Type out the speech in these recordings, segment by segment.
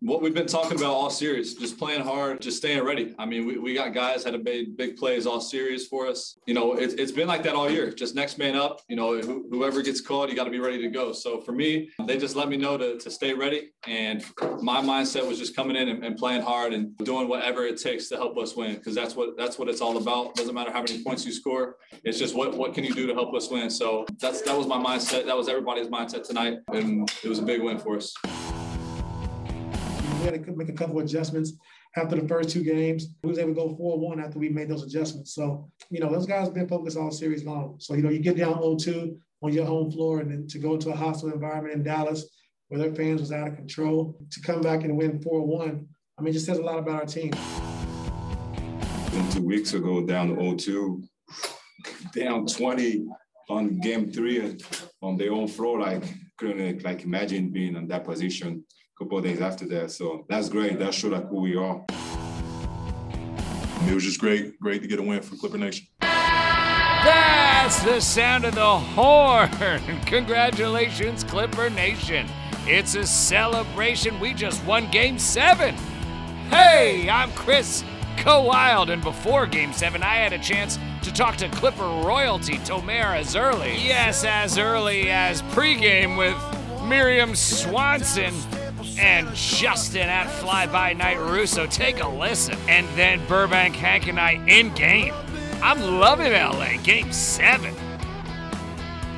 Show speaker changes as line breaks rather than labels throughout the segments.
what we've been talking about all series, just playing hard, just staying ready. I mean, we, we got guys that have made big plays all series for us. You know, it, has been like that all year. Just next man up, you know, wh- whoever gets called, you got to be ready to go. So for me, they just let me know to, to stay ready. And my mindset was just coming in and, and playing hard and doing whatever it takes to help us win. Cause that's what, that's what it's all about. Doesn't matter how many points you score. It's just what, what can you do to help us win? So that's, that was my mindset. That was everybody's mindset tonight. And it was a big win for us
had to make a couple adjustments after the first two games. We was able to go 4-1 after we made those adjustments. So, you know, those guys been focused all series long. So, you know, you get down 0-2 on your home floor and then to go to a hostile environment in Dallas where their fans was out of control to come back and win 4-1, I mean, just says a lot about our team.
And two weeks ago, down 0-2, down 20 on game three uh, on their own floor, like couldn't uh, like imagine being in that position couple days after that. So that's great. That showed like who we are.
It was just great, great to get a win for Clipper Nation.
That's the sound of the horn. Congratulations, Clipper Nation. It's a celebration. We just won game seven. Hey, I'm Chris Go Wild, and before game seven, I had a chance to talk to Clipper royalty Tomer as early. Yes, as early as pregame with Miriam Swanson and Justin at Fly By Night Russo. Take a listen. And then Burbank Hank and I in game. I'm loving LA. Game seven.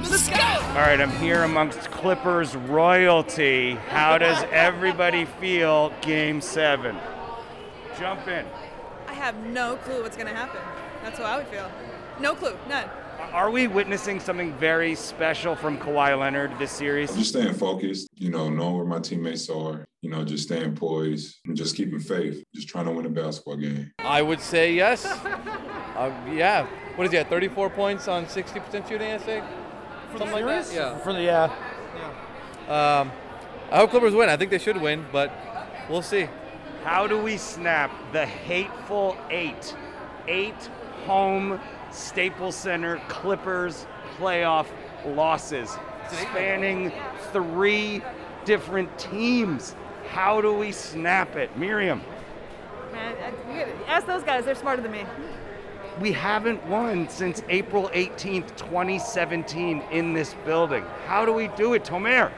Let's go.
All right, I'm here amongst Clippers royalty. How does everybody feel game seven? Jump in.
I have no clue what's going to happen. That's how I would feel. No clue, none.
Are we witnessing something very special from Kawhi Leonard this series?
Just staying focused, you know, knowing where my teammates are, you know, just staying poised and just keeping faith, just trying to win a basketball game.
I would say yes. uh, yeah. What is that? 34 points on 60% shooting, I think?
For Something the series? Like
yeah.
For the, uh,
yeah. Um, I hope Clippers win. I think they should win, but we'll see.
How do we snap the hateful eight? Eight home Staples Center Clippers playoff losses, spanning three different teams. How do we snap it, Miriam?
Man, ask those guys. They're smarter than me.
We haven't won since April 18th, 2017, in this building. How do we do it, Tomer?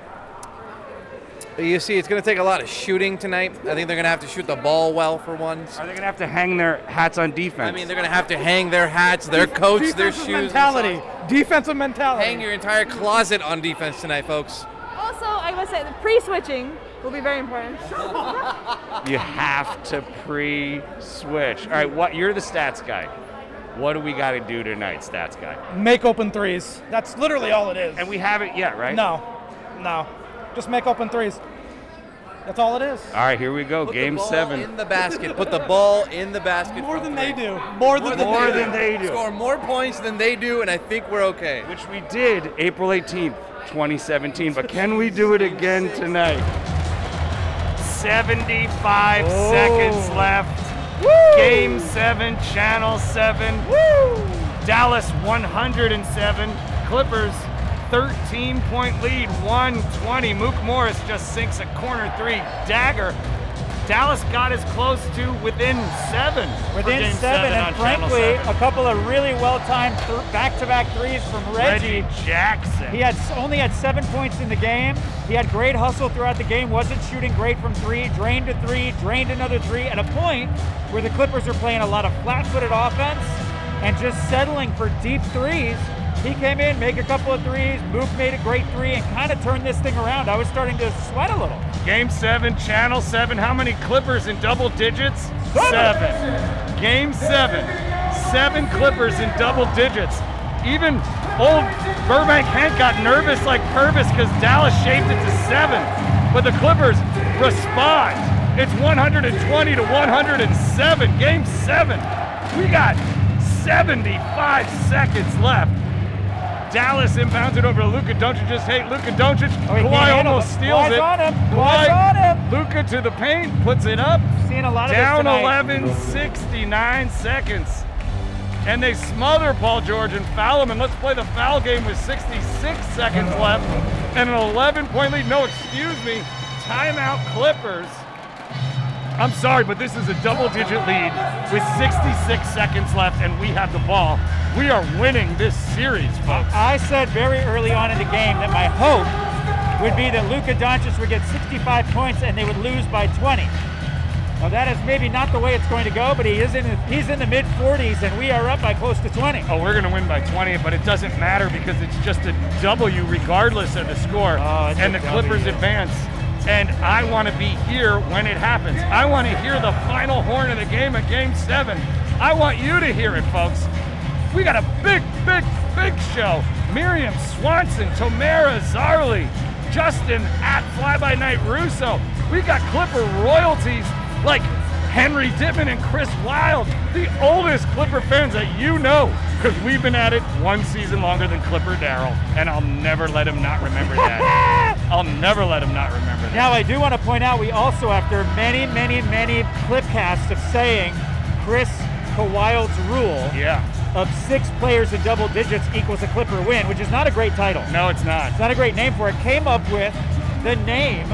You see, it's going to take a lot of shooting tonight. I think they're going to have to shoot the ball well for once.
Are they going to have to hang their hats on defense? I
mean, they're going to have to hang their hats, their De- coats, their shoes.
Mentality. Defensive mentality.
Hang your entire closet on defense tonight, folks.
Also, I must say, the pre-switching will be very important.
you have to pre-switch. All right, what? You're the stats guy. What do we got to do tonight, stats guy?
Make open threes. That's literally all it is.
And we haven't yet, right?
No, no. Just make open threes. That's all it is.
All right, here we go.
Put
Game seven.
In the basket. Put the ball in the basket.
More than three. they do. More than,
more they, than do. they do.
Score more points than they do, and I think we're okay.
Which we did April 18th, 2017. But can we do it again tonight? 75 oh. seconds left. Woo. Game seven, Channel seven. Woo. Dallas 107. Clippers 13 point lead, 120. Mook Morris just sinks a corner three dagger. Dallas got as close to within seven.
Within seven, seven and frankly, seven. a couple of really well timed th- back to back threes from Reggie.
Reggie. Jackson.
He had only had seven points in the game. He had great hustle throughout the game, wasn't shooting great from three, drained a three, drained another three at a point where the Clippers are playing a lot of flat footed offense and just settling for deep threes he came in, make a couple of threes. Mook made a great three and kind of turned this thing around. I was starting to sweat a little.
Game seven, channel seven. How many Clippers in double digits? Seven. Game seven. Seven Clippers in double digits. Even old Burbank Hank got nervous like Purvis because Dallas shaved it to seven. But the Clippers respond. It's 120 to 107, game seven. We got 75 seconds left. Dallas inbounds it over to Luka Doncic. Just hate Luka Doncic.
he can't
Kawhi
handle
almost
it.
steals
Kawhi's
it.
on him. Kawhi's on him.
Luka to the paint, puts it up.
Seeing a lot of this
Down
tonight.
11, 69 seconds. And they smother Paul George and foul him. And let's play the foul game with 66 seconds left and an 11 point lead. No, excuse me. Timeout Clippers. I'm sorry, but this is a double digit lead with 66 seconds left, and we have the ball. We are winning this series, folks.
I said very early on in the game that my hope would be that Luka Doncic would get 65 points and they would lose by 20. Now that is maybe not the way it's going to go, but he is in he's in the mid 40s and we are up by close to 20.
Oh, we're going to win by 20, but it doesn't matter because it's just a W regardless of the score.
Oh, it's
and
a
the Clippers
W.
advance. And I want to be here when it happens. I want to hear the final horn of the game at game seven. I want you to hear it, folks. We got a big, big, big show. Miriam Swanson, Tomara Zarley, Justin at Fly By Night Russo. We got Clipper royalties like Henry Dittman and Chris Wild, the oldest Clipper fans that you know, because we've been at it one season longer than Clipper Darrell, and I'll never let him not remember that. I'll never let him not remember that.
Now I do want to point out we also after many many many clipcasts of saying Chris Kawhi's rule
Yeah.
of six players in double digits equals a Clipper win, which is not a great title.
No, it's not.
It's not a great name for it. Came up with the name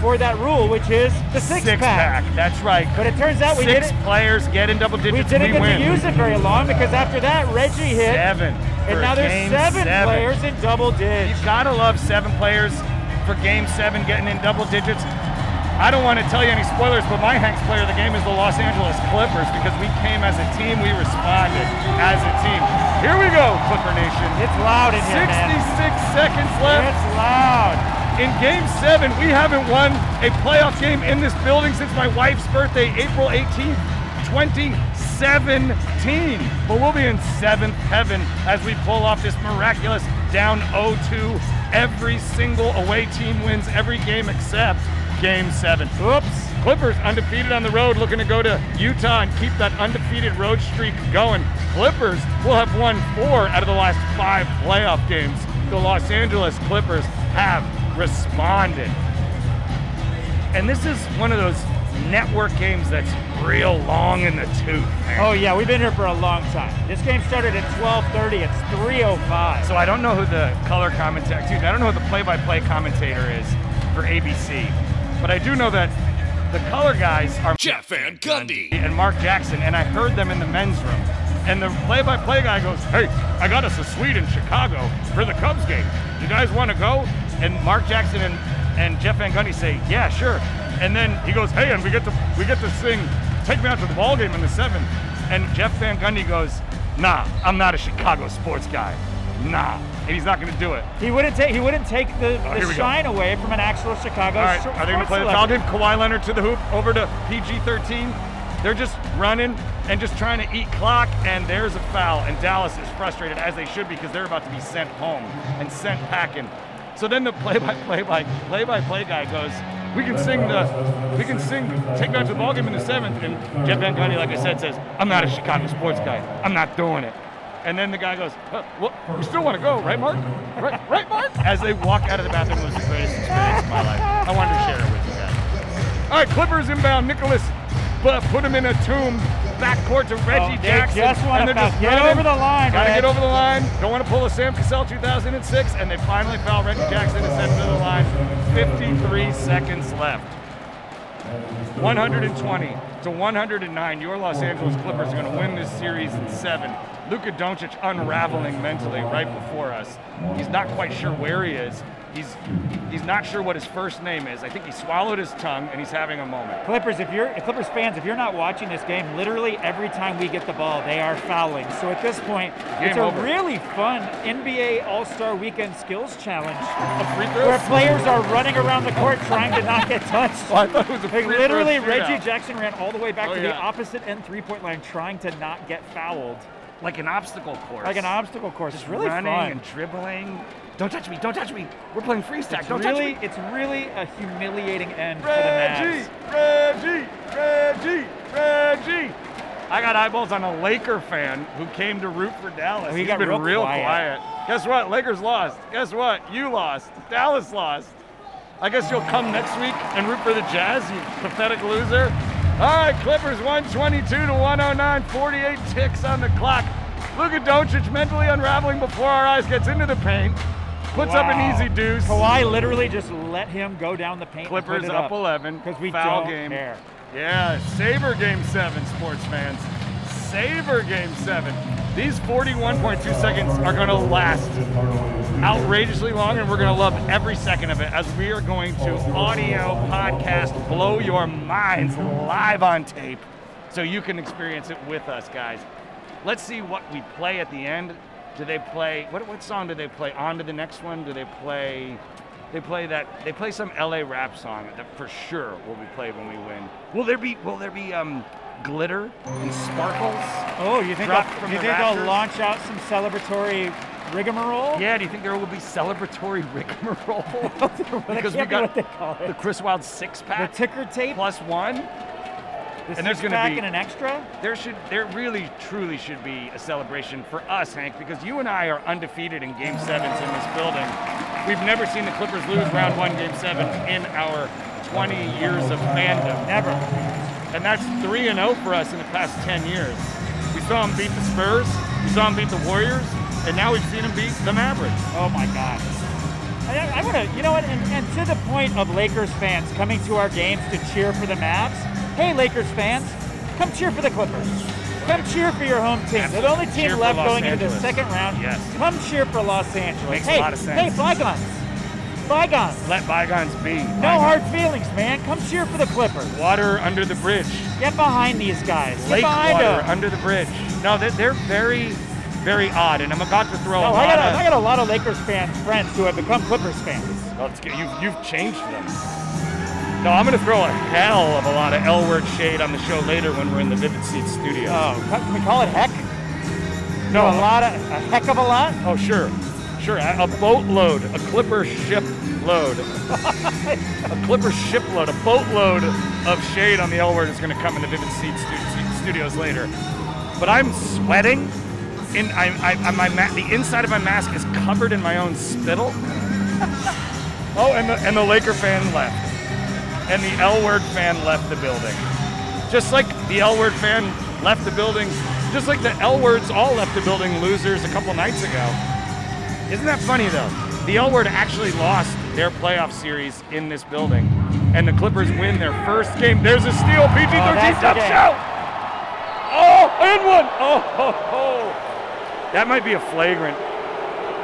for that rule, which is the six,
Six pack. That's right.
But it turns out we
Six
didn't.
players get in double digits.
We
we
didn't get
win.
to use it very long because after that Reggie hit.
Seven. for
And now there's
game
seven, players in double digits.
You've got to love seven players for game seven getting in double digits. I don't want to tell you any spoilers, but my Hanks player of the game is the Los Angeles Clippers because we came as a team, we responded as a team. Here we go, Clipper Nation.
It's loud in here, man.
66 seconds left.
It's loud.
In game seven, we haven't won a playoff game in this building since my wife's birthday, April 18th, 2017. But we'll be in seventh heaven as we pull off this miraculous down 0-2. Every single away team wins every game except game seven. Oops. Clippers undefeated on the road, looking to go to Utah and keep that undefeated road streak going. Clippers will have won four out of the last five playoff games. The Los Angeles Clippers have responded. And this is one of those network games that's real long in the tooth. man.
Oh yeah, we've been here for a long time. This game started at 12:30. It's 3:05.
So I don't know who the color commentator, excuse me, I don't know who the play-by-play commentator is for ABC, but I do know that the color guys are Jeff Van Gundy and Mark Jackson, and I heard them in the men's room. And the play-by-play guy goes, "Hey, I got us a suite in Chicago for the Cubs game. You guys want to go?" And Mark Jackson and, and Jeff Van Gundy say, "Yeah, sure." And then he goes, "Hey, and we get to we get to sing Take Me Out to the Ball Game in the seventh. And Jeff Van Gundy goes, "Nah, I'm not a Chicago sports guy. Nah." And he's not going to do it.
He wouldn't take he wouldn't take the,
Oh, here
the
we go.
shine away from an actual Chicago.
All right,
sh-
are they going to
sports
play the foul
celebrity.
game? Kawhi Leonard to the hoop, over to PG-13. They're just running and just trying to eat clock, and there's a foul. And Dallas is frustrated, as they should, because they're about to be sent home and sent packing. So then the play-by-play by play-by-play guy goes, "We can sing the, we can sing, take back to the ball game in the seventh. And Jeff Van Gundy, like I said, says, "I'm not a Chicago sports guy. I'm not doing it." And then the guy goes, huh, well, "You still want to go, right, Mark? Right, right, Mark?" As they walk out of the bathroom, it was the greatest experience of my life. I wanted to share it with you guys. All right, Clippers inbound. Nicholas, but put him in a tomb. Backcourt to Reggie
Oh, they
Jackson.
just wanna
and they're just
foul. Get
running.
over the line,
Gotta
Reg.
get over the line. Don't want to pull a Sam Cassell 2006, and they finally foul Reggie Jackson and send him to the line. 53 seconds left. 120 to 109. Your Los Angeles Clippers are going to win this series in seven. Luka Doncic unraveling mentally right before us. He's not quite sure where he is. He's he's not sure what his first name is. I think he swallowed his tongue and he's having a moment.
Clippers, if you're Clippers fans, if you're not watching this game, literally every time we get the ball, they are fouling. So at this point, it's
Game
a
over.
really fun NBA All Star Weekend Skills Challenge
free throws?
where players are running around the court trying to not get touched.
Well, Oh, I thought it was a
Like,
free throw
literally,
shootout.
Reggie Jackson ran all the way back
Oh,
to the
yeah.
opposite end three point line trying to not get fouled,
Like an obstacle course.
like an obstacle course. It's really
running
fun.
and dribbling, Don't touch me. Don't touch me. We're playing free stack.
It's
don't
really,
touch me.
It's really a humiliating end
Reggie,
for
Reggie, Reggie, Reggie. I got eyeballs on a Laker fan who came to root for Dallas.
Oh, he
He's
got
been
real
real
quiet.
quiet. Guess what? Lakers lost. Guess what? You lost. Dallas lost. I guess you'll come next week and root for the Jazz, you pathetic loser. All right, Clippers 122 to 109, 48 ticks on the clock. Luka Doncic mentally unraveling before our eyes gets into the paint, puts up an
Wow.
easy deuce.
Kawhi literally just let him go down the paint. and put
Clippers
it
up 11 because
we
foul
don't
game.
care.
Yeah, savor game seven, sports fans. Savor game seven. These 41.2 seconds are going to last outrageously long, and we're going to love every second of it as we are going to audio podcast blow your minds live on tape so you can experience it with us, guys. Let's see what we play at the end. Do they play what, what song do they play? On to the next one? Do they play they play that they play some LA rap song that for sure will be played when we win. Will there be will there be um glitter and sparkles?
Oh, you think,
dropped
they'll-
from
you
the
think
rafters?
they'll launch out some celebratory rigmarole?
Yeah, do you think there will be celebratory rigmarole? because we
can't be
got
what they call it.
the Chris Wild six pack.
The ticker tape
plus one.
The
and there's
six
going to
pack
be
and an extra?
There should, there really, truly should be a celebration for us, Hank, because you and I are undefeated in Game Sevens in this building. We've never seen the Clippers lose Round One, Game Seven in our 20 years of fandom. Never. And that's three and zero for us in the past 10 years. We saw them beat the Spurs. We saw them beat the Warriors. And now we've seen them beat the Mavericks.
Oh my God. I, I want to, you know what, and, and to the point of Lakers fans coming to our games to cheer for the Mavs, hey, Lakers fans, come cheer for the Clippers. Come cheer for your home team. They're the only
Cheer
team
for
left
Los
going into the
Angeles.
second round.
Yes.
Come cheer for Los Angeles.
Makes a
hey,
lot of sense.
Hey, bygones. Bygones.
Let bygones be.
No hard feelings, man. Come cheer for the Clippers.
Water under the bridge.
Get behind these guys. Get
Lake
behind
water
them.
under the bridge. No, they're, they're very, very odd, and I'm about to throw.
No,
a
I
lot
got a,
of-
I got a lot of Lakers fans, friends who have become Clippers fans.
Well, it's good. You've, you've changed them. No, I'm going to throw a hell of a lot of L word shade on the show later when we're in the Vivid Seat studio.
Oh, ca- can we call it heck?
No,
a lot of, a heck of a lot.
Oh, sure. Sure. A, a boatload, a clipper ship load. a clipper ship load, a boatload of shade on the L word is going to come in the Vivid Seat stu- studios later. But I'm sweating. In, I, I, I, my ma- the inside of my mask is covered in my own spittle. Oh, and the, and the Laker fan left. And the L word fan left the building. Just like the L word fan left the building, just like the L words all left the building losers a couple nights ago. Isn't that funny though? The L word actually lost their playoff series in this building. And the Clippers win their first game. There's a steal, PG 13
Oh, that's the
jump
game.
shot. Oh, and one. Oh, ho, ho. That might be a flagrant.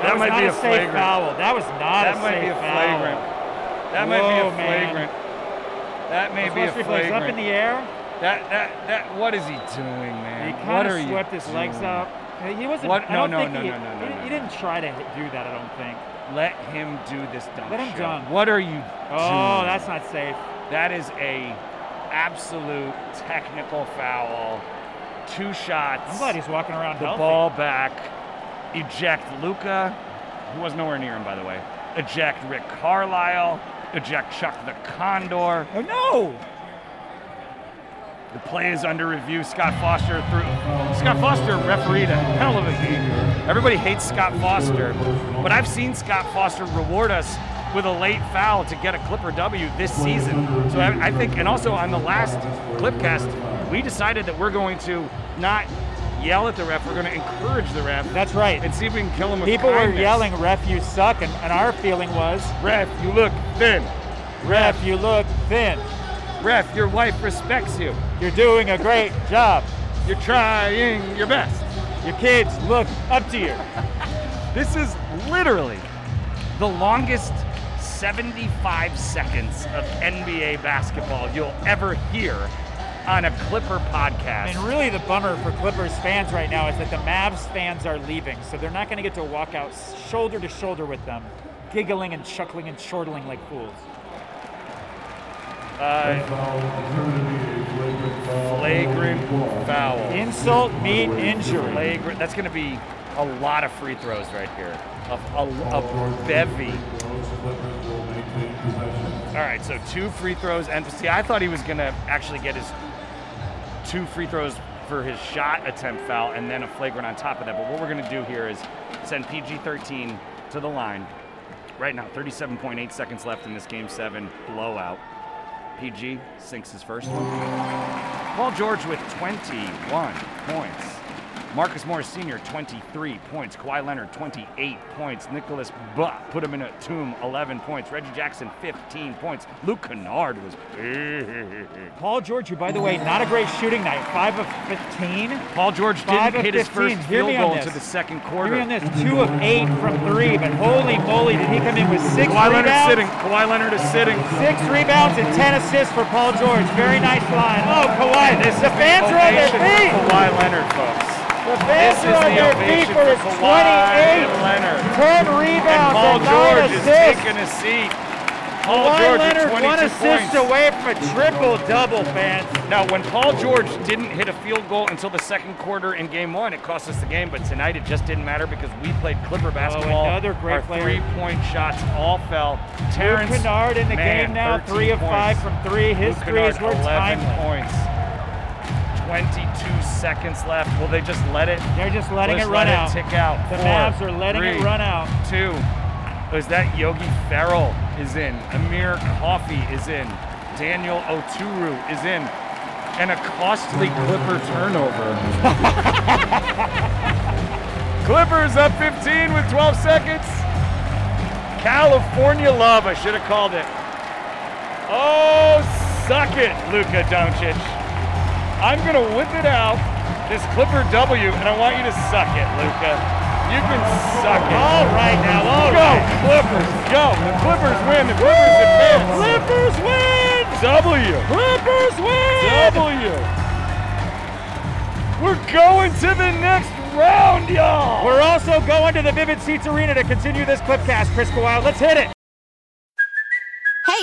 That,
was
might
not
be
a
a
safe
flagrant.
foul. That was not
That
a
might be
safe
a
foul.
flagrant. That might be
Whoa,
a
man.
flagrant. That may
Those
be a
Western players
flagrant.
up in the air.
That that that. What is he doing, man?
He
What
kind
are
of
you
swept his legs
doing?
out. He wasn't.
What?
I
No,
don't
no,
think
no,
he,
no, no,
he,
no,
he
no.
didn't try to hit- do that. I don't think.
Let him do this dumb
Let him
shit.
dunk.
What are you
Oh,
doing?
that's not safe.
That is a absolute technical foul. Two shots.
I'm glad he's walking around
the
healthy.
ball back. Eject Luca, who was nowhere near him, by the way. Eject Rick Carlisle. Eject Chuck the Condor.
Oh no!
The play is under review. Scott Foster threw. Scott Foster refereed a hell of a game. Everybody hates Scott Foster, but I've seen Scott Foster reward us with a late foul to get a Clipper W this season. So I, I think, and also on the last Clipcast, we decided that we're going to not yell at the ref. We're going to encourage the ref.
That's right.
And see if we can kill him. With
People were
kindness.
yelling, "Ref, you suck!" And, and our feeling was,
"Ref, you look thin.
Ref, you look thin.
Ref, your wife respects you.
You're doing a great job.
You're trying your best."
Your kids look up to you."
This is literally the longest 75 seconds of NBA basketball you'll ever hear on a Clipper podcast.
And really, the bummer for Clippers fans right now is that the Mavs fans are leaving, so they're not going to get to walk out shoulder to shoulder with them, giggling and chuckling and chortling like fools.
Uh, flagrant foul.
Insult meet injury.
Flagrant. That's going to be a lot of free throws right here, a, a, a bevy. All right, so two free throws, and see, I thought he was gonna actually get his two free throws for his shot attempt foul, and then a flagrant on top of that. But what we're gonna do here is send PG-13 to the line right now. 37.8 seconds left in this game seven blowout. PG sinks his first one. Paul George with 21 points. Marcus Morris Sr., 23 points. Kawhi Leonard, 28 points. Nicholas Butt put him in a tomb, 11 points. Reggie Jackson, 15 points. Luke Kennard was big.
Paul George, who, by the way, not a great shooting night. 5 of 15.
Paul George
Five
didn't
of
hit his
15.
first
Hear
field
me on
goal
this.
until the second
Hear
quarter.
me on this. 2 of 8 from 3, but holy moly, did he come in with 6
Kawhi Leonard
rebounds?
sitting. Kawhi Leonard is sitting.
Six rebounds and 10 assists for Paul George. Very nice line. Oh, Kawhi.
And this
the
is
fans are on their
ovation for
feet.
Kawhi Leonard, folks.
The fans
This
are
is
on
the
their feet
ovation
for
for
his
Kawhi
28,
Leonard.
10 rebounds,
and Paul
and nine
George
assists.
is taking a seat. Paul
Kawhi
George with
Leonard,
22
one assist
points.
away from a triple double, fans.
Now, when Paul George didn't hit a field goal until the second quarter in Game One, it cost us the game. But tonight, it just didn't matter because we played Clipper basketball.
Oh, another great
Our
player.
three-point shots all fell. Terrence
Kennard in the
man,
game now,
13
three of five
points.
from three. His
Luke
threes
Kennard,
were
11
timely.
points. 22 seconds left. Will they just let it?
They're just letting
Let's
it run
let
out.
It tick out.
The
Four,
Mavs are letting it
three,
run out.
Two. Oh, Is that Yogi Farrell is in? Amir Coffey is in. Daniel Oturu is in. And a costly Clipper turnover. Clippers up 15 with 12 seconds. California love, I should have called it. Oh, suck it, Luka Doncic. I'm gonna whip it out, this Clipper W, and I want you to suck it, Luka. You can suck it.
All right now, all
go,
right.
Clippers, go. The Clippers win. The Clippers advance.
Clippers win!
W.
Clippers win!
W. We're going to the next round, y'all.
We're also going to the Vivid Seats Arena to continue this clipcast. Chris Kawhi, let's hit it.
Hey,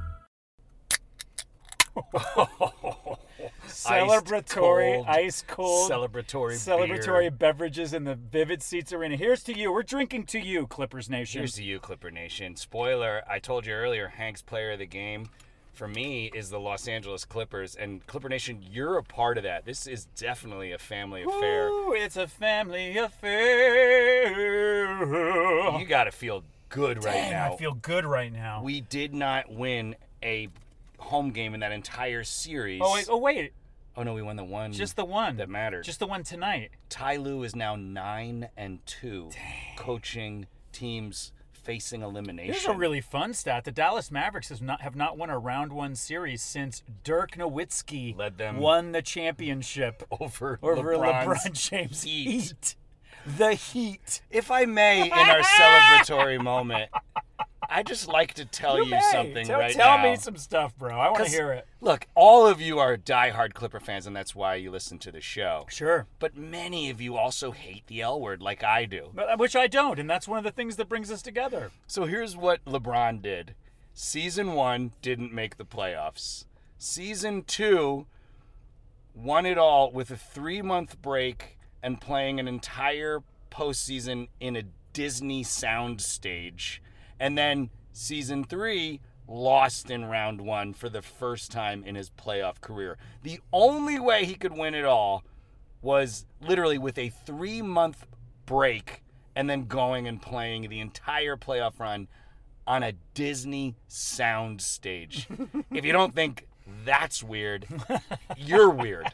Celebratory,
cold,
ice cold,
celebratory
celebratory
beer.
beverages in the Vivid Seats Arena. Here's to you. We're drinking to you, Clippers Nation.
Here's to you, Clipper Nation. Spoiler: I told you earlier, Hank's player of the game for me is the Los Angeles Clippers, and Clipper Nation, you're a part of that. This is definitely a family affair.
Ooh, it's a family affair.
You got to feel good right
Dang,
now.
I feel good right now.
we did not win a home game in that entire series.
Oh wait, oh wait,
Oh, no, we won the one.
Just the one.
that mattered.
just the one tonight.
Ty Lue is now nine and two, coaching teams facing elimination.
Here's a really fun stat: the Dallas Mavericks has not have not won a round one series since Dirk Nowitzki led
them-
won the championship
over
over
LeBron's
LeBron James
heat.
Heat. The Heat.
If I may, in our celebratory moment, I just like to tell you,
may.
something
Tell-
right
tell
now.
me some stuff, bro. I want to
'Cause,
hear it.
Look, all of you are diehard Clipper fans, and that's why you listen to the show.
Sure.
But many of you also hate the L word, like I do.
But, uh, which I don't, and that's one of the things that brings us together.
So here's what LeBron did Season one didn't make the playoffs, season two won it all with a three month break and playing an entire postseason in a Disney soundstage. And then season three lost in round one for the first time in his playoff career. The only way he could win it all was literally with a three month break and then going and playing the entire playoff run on a Disney soundstage. if you don't think that's weird, you're weird.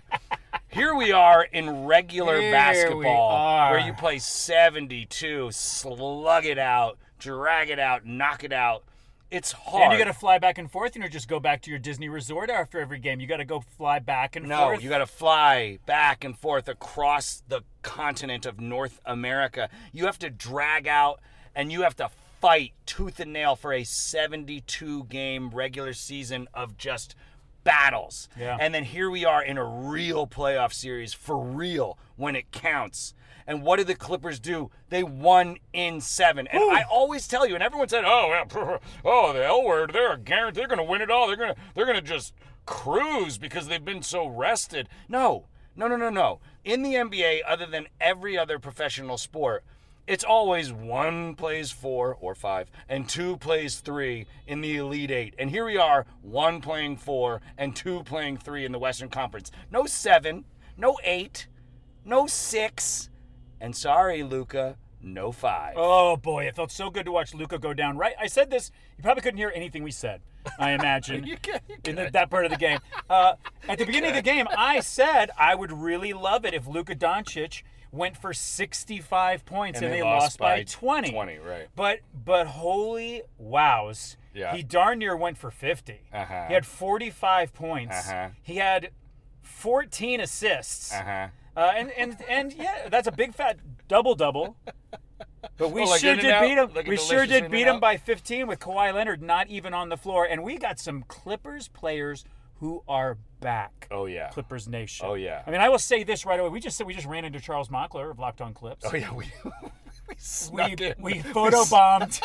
Here we are in regular
Here we
basketball
are.
where you play 72, slug it out, drag it out, knock it out. It's
And
hard.
you got to fly back and forth, and you know, just go back to your Disney resort after every game. You got to go fly back and
no,
forth.
you got to fly back and forth across the continent of North America. You have to drag out and you have to fight tooth and nail for a 72 game regular season of just battles.
Yeah.
And then here we are in a real playoff series for real when it counts. And what did the Clippers do? They won in seven. And I always tell you, and everyone said, "Oh, well, oh, the L word. They're a guarantee. They're going to win it all. They're going to they're going to just cruise because they've been so rested." No, no, no, no, no. In the NBA, other than every other professional sport, it's always one plays four or five and two plays three in the Elite Eight. And here we are, one playing four and two playing three in the Western Conference. No seven, no eight, no six, and sorry, Luca, no five.
Oh boy, it felt so good to watch Luca go down. Right, I said this. You probably couldn't hear anything we said. I imagine in the- that part of the game. Uh, at the beginning of the game, I said I would really love it if Luka Doncic went for 65 points and, they, lost, by 20.
20, right.
But but holy wows.
Yeah.
He darn near went for 50.
Uh-huh.
He had 45 points.
Uh-huh.
He had 14 assists.
Uh-huh.
Uh, and, and and yeah, that's a big fat double double. But we
Oh, like
sure did
In-N-Out?
beat him.
Like a
we sure
delicious
did beat him
In-N-Out?
by 15 with Kawhi Leonard not even on the floor, and we got some Clippers players who are back.
Oh yeah.
Clippers Nation.
Oh yeah.
I mean, I will say this right away. We just said we just ran into Charles Mockler of Locked On Clips.
Oh yeah, we
we
snuck in.
we
We s-
photobombed.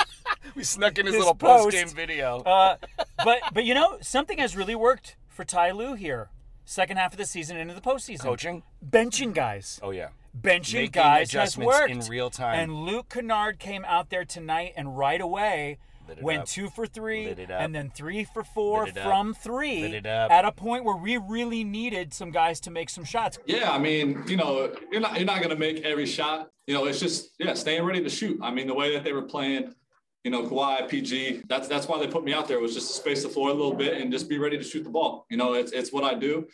we snuck in his
this
little
post.
post-game video.
Uh, but but you know something has really worked for Ty Lue here. Second half of the season into the postseason.
Coaching?
benching guys.
Oh yeah.
benching
Making
guys has
adjustments
worked
in real time.
And Luke Kennard came out there tonight and right away
Lit it
went
up.
two for three
Lit it up.
and then three for four
Lit it up.
from three
Lit it up.
at a point where we really needed some guys to make some shots.
Yeah, I mean, you know, you're not you're not gonna make every shot. You know, it's just yeah, staying ready to shoot. I mean, the way that they were playing, you know, Kawhi, PG, that's that's why they put me out there was just to space the floor a little bit and just be ready to shoot the ball. You know, it's it's what I do.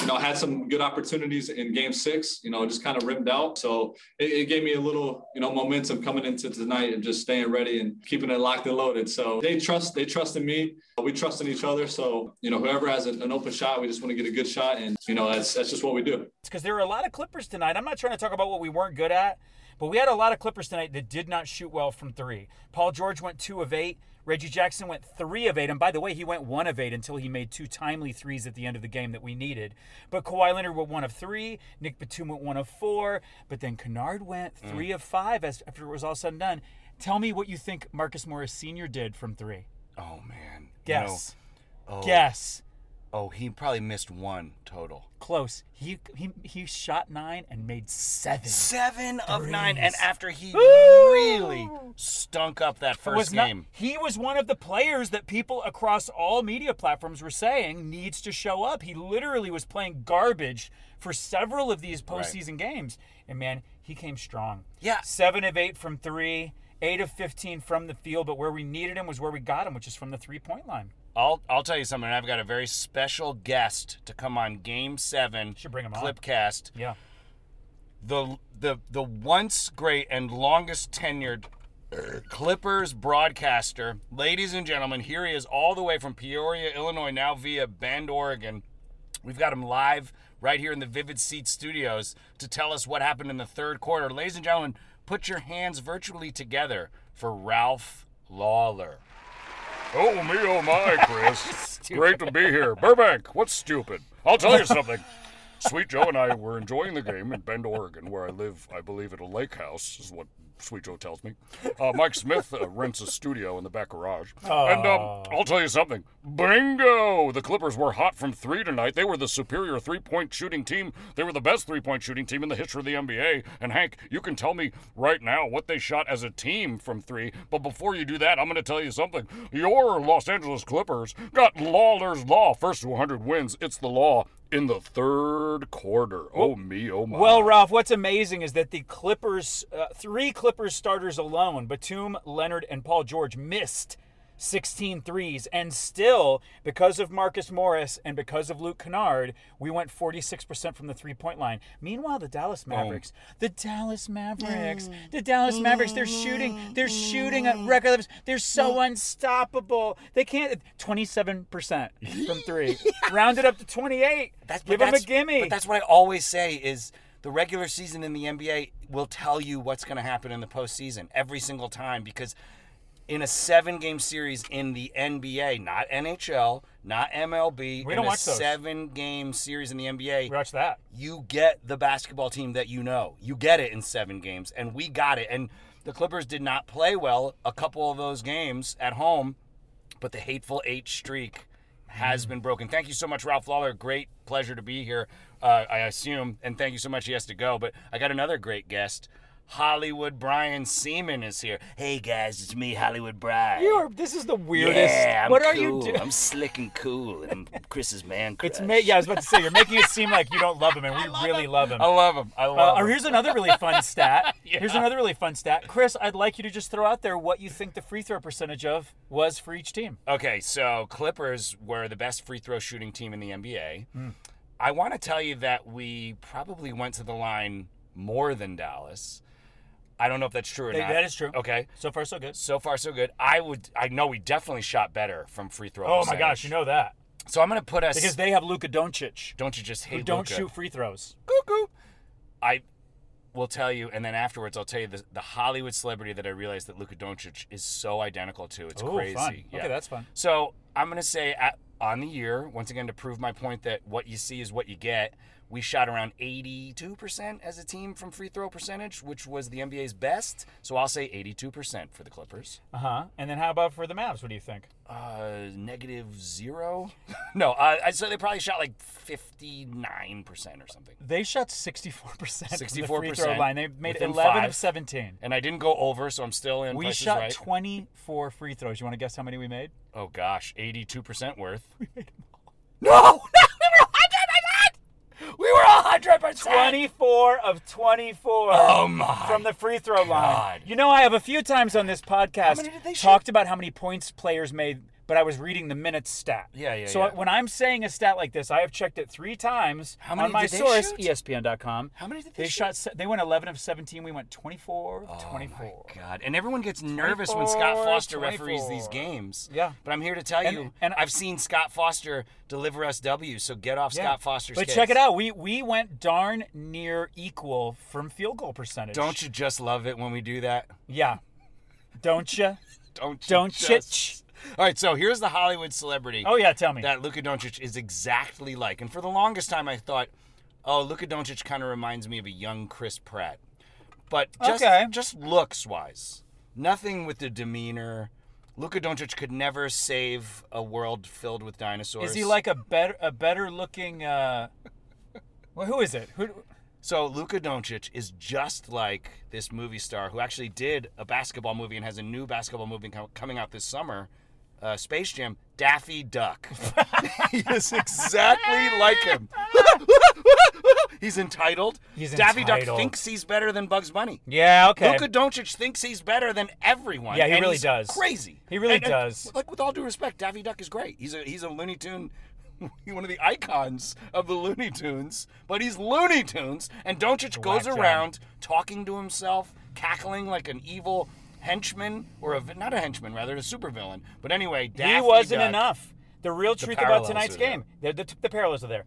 You know, I had some good opportunities in game six, you know, just kind of rimmed out. So it, it gave me a little, you know, momentum coming into tonight and just staying ready and keeping it locked and loaded. So they trust, they trust in me. We trust in each other. So, you know, whoever has an an open shot, we just want to get a good shot. And, you know, that's that's just what we do.
It's because there were a lot of Clippers tonight. I'm not trying to talk about what we weren't good at, but we had a lot of Clippers tonight that did not shoot well from three. Paul George went two of eight. Reggie Jackson went three of eight. And by the way, he went one of eight until he made two timely threes at the end of the game that we needed. But Kawhi Leonard went one of three. Nick Batum went one of four. But then Kennard went
Mm.
three of five as, after it was all said and done. Tell me what you think Marcus Morris Sr. did from three.
Oh man. You know,
Guess.
oh.
Guess.
Oh, he probably missed one total.
Close. He, he he shot nine and made seven.
Seven of nine, and after he really stunk up that first
was not-
game.
he was one of the players that people across all media platforms were saying needs to show up. He literally was playing garbage for several of these postseason games. And man, he came strong.
Yeah.
Seven of eight from three, eight of 15 from the field, but where we needed him was where we got him, which is from the three point line.
I'll I'll tell you something. I've got a very special guest to come on Game Seven. Should
bring him on.
Clipcast.
Yeah.
The the the once great and longest tenured Clippers broadcaster, ladies and gentlemen, here he is, all the way from Peoria, Illinois, now via Bend, Oregon. We've got him live right here in the Vivid Seat Studios to tell us what happened in the third quarter. Ladies and gentlemen, put your hands virtually together for Ralph Lawler.
Oh, me, oh, my, Chris.
Stupid.
Great to be here. Burbank, what's stupid? I'll tell you something. Sweet Joe and I were enjoying the game in Bend, Oregon, where I live, I believe, at a lake house, is what Sweet Joe tells me. Uh, Mike Smith uh, rents a studio in the back garage. And um,
Aw.
I'll tell you something. Bingo! The Clippers were hot from three tonight. They were the superior three point shooting team. They were the best three point shooting team in the history of the NBA. And Hank, you can tell me right now what they shot as a team from three. But before you do that, I'm going to tell you something. Your Los Angeles Clippers got Lawler's Law. First 100 wins. It's the law in the third quarter. Oh, me, oh, my.
Well, Ralph, what's amazing is that the Clippers, uh, three Clippers starters alone, Batum, Leonard, and Paul George, missed 16 threes. And still, because of Marcus Morris and because of Luke Kennard, we went 46% from the three point line. Meanwhile, the
Oh.
Dallas Mavericks, the Dallas Mavericks, the Dallas Mavericks, they're shooting, they're shooting at record levels. They're so unstoppable. They can't, 27% from three. Rounded up to 28.
That's, but
Give them a
that's-
gimme.
But that's what I always say is the regular season in the NBA will tell you what's going to happen in the postseason every single time because in a seven game series in the NBA, not NHL, not MLB,
We
in
don't
a
watch those.
seven game series in the NBA,
watch that.
You get the basketball team that you know. You get it in seven games, and we got it. And the Clippers did not play well a couple of those games at home, but the hateful eight streak has been broken. Thank you so much, Ralph Lawler. Great pleasure to be here, uh, I assume. And thank you so much. He has to go, but I got another great guest. Hollywood Brian Seaman is here. Hey guys, it's me, Hollywood Brian.
You are, this is the weirdest.
Yeah, I'm
what are you
cool.
doing?
I'm slick and cool, and I'm Chris's man crush.
It's ma- yeah, I was about to say you're making it seem like you don't love him, and we really love him.
I love him. Oh, I love
Uh, or
him.
here's another really fun stat. Here's another really fun stat, Chris. I'd like you to just throw out there what you think the free throw percentage of was for each team.
Okay, so Oh, Clippers were the best free throw shooting team in the NBA.
Mm.
I want to tell you that we probably went to the line more than Dallas. I don't know if that's true or
That-
not.
that is true.
Okay.
So far, so good.
So far, so good. I would. I know we definitely shot better from free throw.
Oh my gosh, you know that
So I'm gonna put us
because they have Luka Doncic.
Don't you just hate
who don't
Luka?
shoot free throws.
I will tell you, and then afterwards, I'll tell you the, the Hollywood celebrity that I realized that Luka Doncic is so identical to. It's
Ooh,
crazy.
fun. Okay, that's fun.
So I'm gonna say at, on the year once again to prove my point that what you see is what you get. We shot around 82% as a team from free throw percentage, which was the NBA's best. So I'll say 82% for the Clippers.
Uh huh. And then how about for the Mavs? What do you think?
Uh, negative zero. no, uh, I'd say they probably shot like 59% or something.
They shot 64% from the
Sixty-four
free throw
percent
line. They made 11 of 17.
and I didn't go over, so I'm still in.
We
Price is
shot
right.
24 free throws. You want to guess how many we made?
Oh gosh, eighty-two percent worth. We made them
all.
No, we were hundred percent.
24 of 24
Oh my
from the free throw line. You know, I have a few times on this podcast talked about how many points players made, but I was reading the minutes stat.
Yeah, yeah,
So
yeah.
I- when I'm saying a stat like this, I have checked it three times
How many
on my E
did they
sourse,
shoot?
ESPN.com.
How many did
they,
they Oh
shot? se- They went 11 of 17. We went 24 of 24.
God, and everyone gets nervous when Scott
24,
Foster referees these
24.
games.
Yeah.
but I'm here to tell
And-
you, and I've seen Scott Foster deliver us W. So get off
Yeah.
Scott Foster's.
But
case.
check it out. We we went darn near equal from field goal percentage.
Don't you just love it when we do that?
Yeah. Don't you?
Don't you
Don't you?
just- All right, so here's the Hollywood celebrity.
Oh, yeah, tell me.
That Luka Doncic is exactly like. And for the longest time, I thought, oh, Luka Doncic kind of reminds me of a young Chris Pratt, but just
Okay.
just looks wise, nothing with the demeanor. Luka Doncic could never save a world filled with dinosaurs.
Is he like a better a better looking? Uh, well, who is it? Who?
So Luka Doncic is just like this movie star who actually did a basketball movie and has a new basketball movie com- coming out this summer, uh, Space Jam. Daffy Duck. he is exactly like him. he's entitled.
He's
Daffy Duck
entitled.
thinks he's better than Bugs Bunny.
Yeah. Okay.
Luka Doncic thinks he's better than everyone.
Yeah, he
and
really
he's
does.
Crazy.
He really
And- and,
does.
like with all due respect, Daffy Duck is great. He's a he's a Looney Tune, one of the icons of the Looney Tunes. But he's Looney Tunes, and Doncic goes
job.
around talking to himself, cackling like an evil henchman or a vi- not a henchman rather a supervillain. But anyway, Daffy
he wasn't
Duck-
enough. The real truth about
parallels
tonight's
are there.
game, the, the, the parallels are there.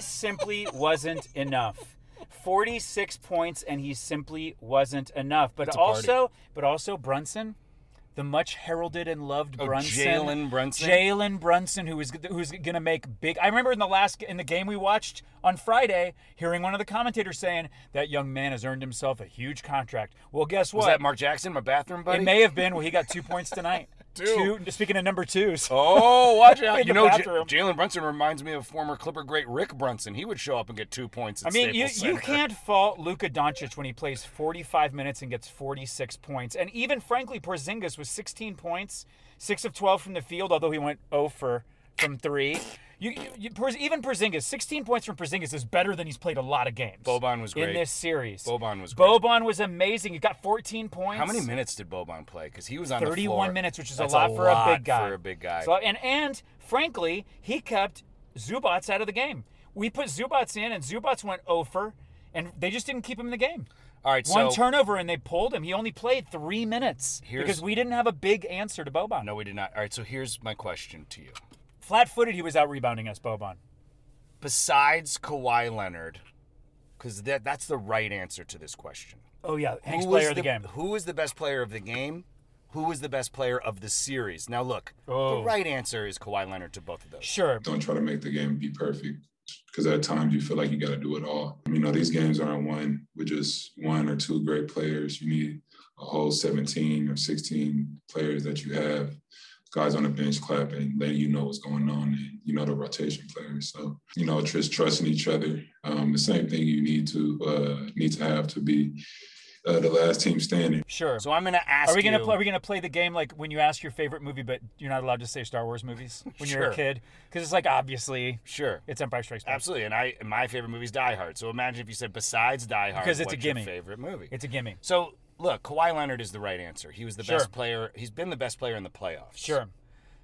simply wasn't enough. 46 points, and he simply wasn't enough. But
It's a party.
also, but also Brunson, the much heralded and loved
Oh,
Brunson,
Jalen Brunson?
Jalen Brunson, who is who's gonna make big. I remember in the last in the game we watched on Friday, hearing one of the commentators saying that young man has earned himself a huge contract. Well, guess what?
Was that Mark Jackson, my bathroom buddy?
It may have been where he got two points tonight.
Two.
Speaking of number twos.
Oh, watch out!
In
you
the
know, J-
bathroom.
Jalen Brunson reminds me of former Clipper great Rick Brunson. He would show up and get two points. At
I mean, you,
Staples
you
Center.
can't fault Luka Doncic when he plays 45 minutes and gets 46 points. And even, frankly, Porzingis was 16 points, 6 of 12 oh from the field, although he went 0 for from 3. You, you, you Porz- even Porzingis, 16 points from Porzingis is better than he's played a lot of games.
Boban was great
in this series.
Boban was great.
Boban was amazing. He got 14 points.
How many minutes did Boban play? Because he was on the floor.
31 minutes, which is
That's
a lot for a big guy.
For a big guy.
So and and frankly, he kept Zubats out of the game. We put Zubats in, and Zubats went over, and they just didn't keep him in the game.
All right,
one
so-
turnover, and they pulled him. He only played three minutes
Here's-
because we didn't have a big answer to Boban.
no, we did not. All right, so here's my question to you.
Flat-footed, he was out rebounding us, Boban.
Besides Kawhi Leonard, because that, that's the right answer to this question.
Oh yeah, Hank's
Who
player
was
of the game.
Who is the best player of the game? Who is the best player of the series? Now look,
Oh.
the right answer is Kawhi Leonard to both of those.
Sure.
Don't try to make the game be perfect because at times you feel like you got to do it all. You know, these games aren't won with just one or two great players. You need a whole 17 or 16 players that you have, guys on the bench clapping, letting you know what's going on, and you know, the rotation players. So, you know, just trusting each other. Um, the same thing you need to uh, need to have to be uh, the last team standing.
Sure.
So I'm gonna ask.
Are we gonna
you-
play, are we gonna play the game like when you ask your favorite movie, but you're not allowed to say Star Wars movies when you're a
Sure.
kid? Because it's like obviously,
sure,
it's Empire Strikes Back.
Absolutely, and I and my favorite movie is Die Hard. So imagine if you said besides Die Hard,
Because it's a
what's your
gimme.
favorite movie.
It's a gimme.
So look, Kawhi Leonard is the right answer. He was the
Sure.
best player. He's been the best player in the playoffs.
Sure.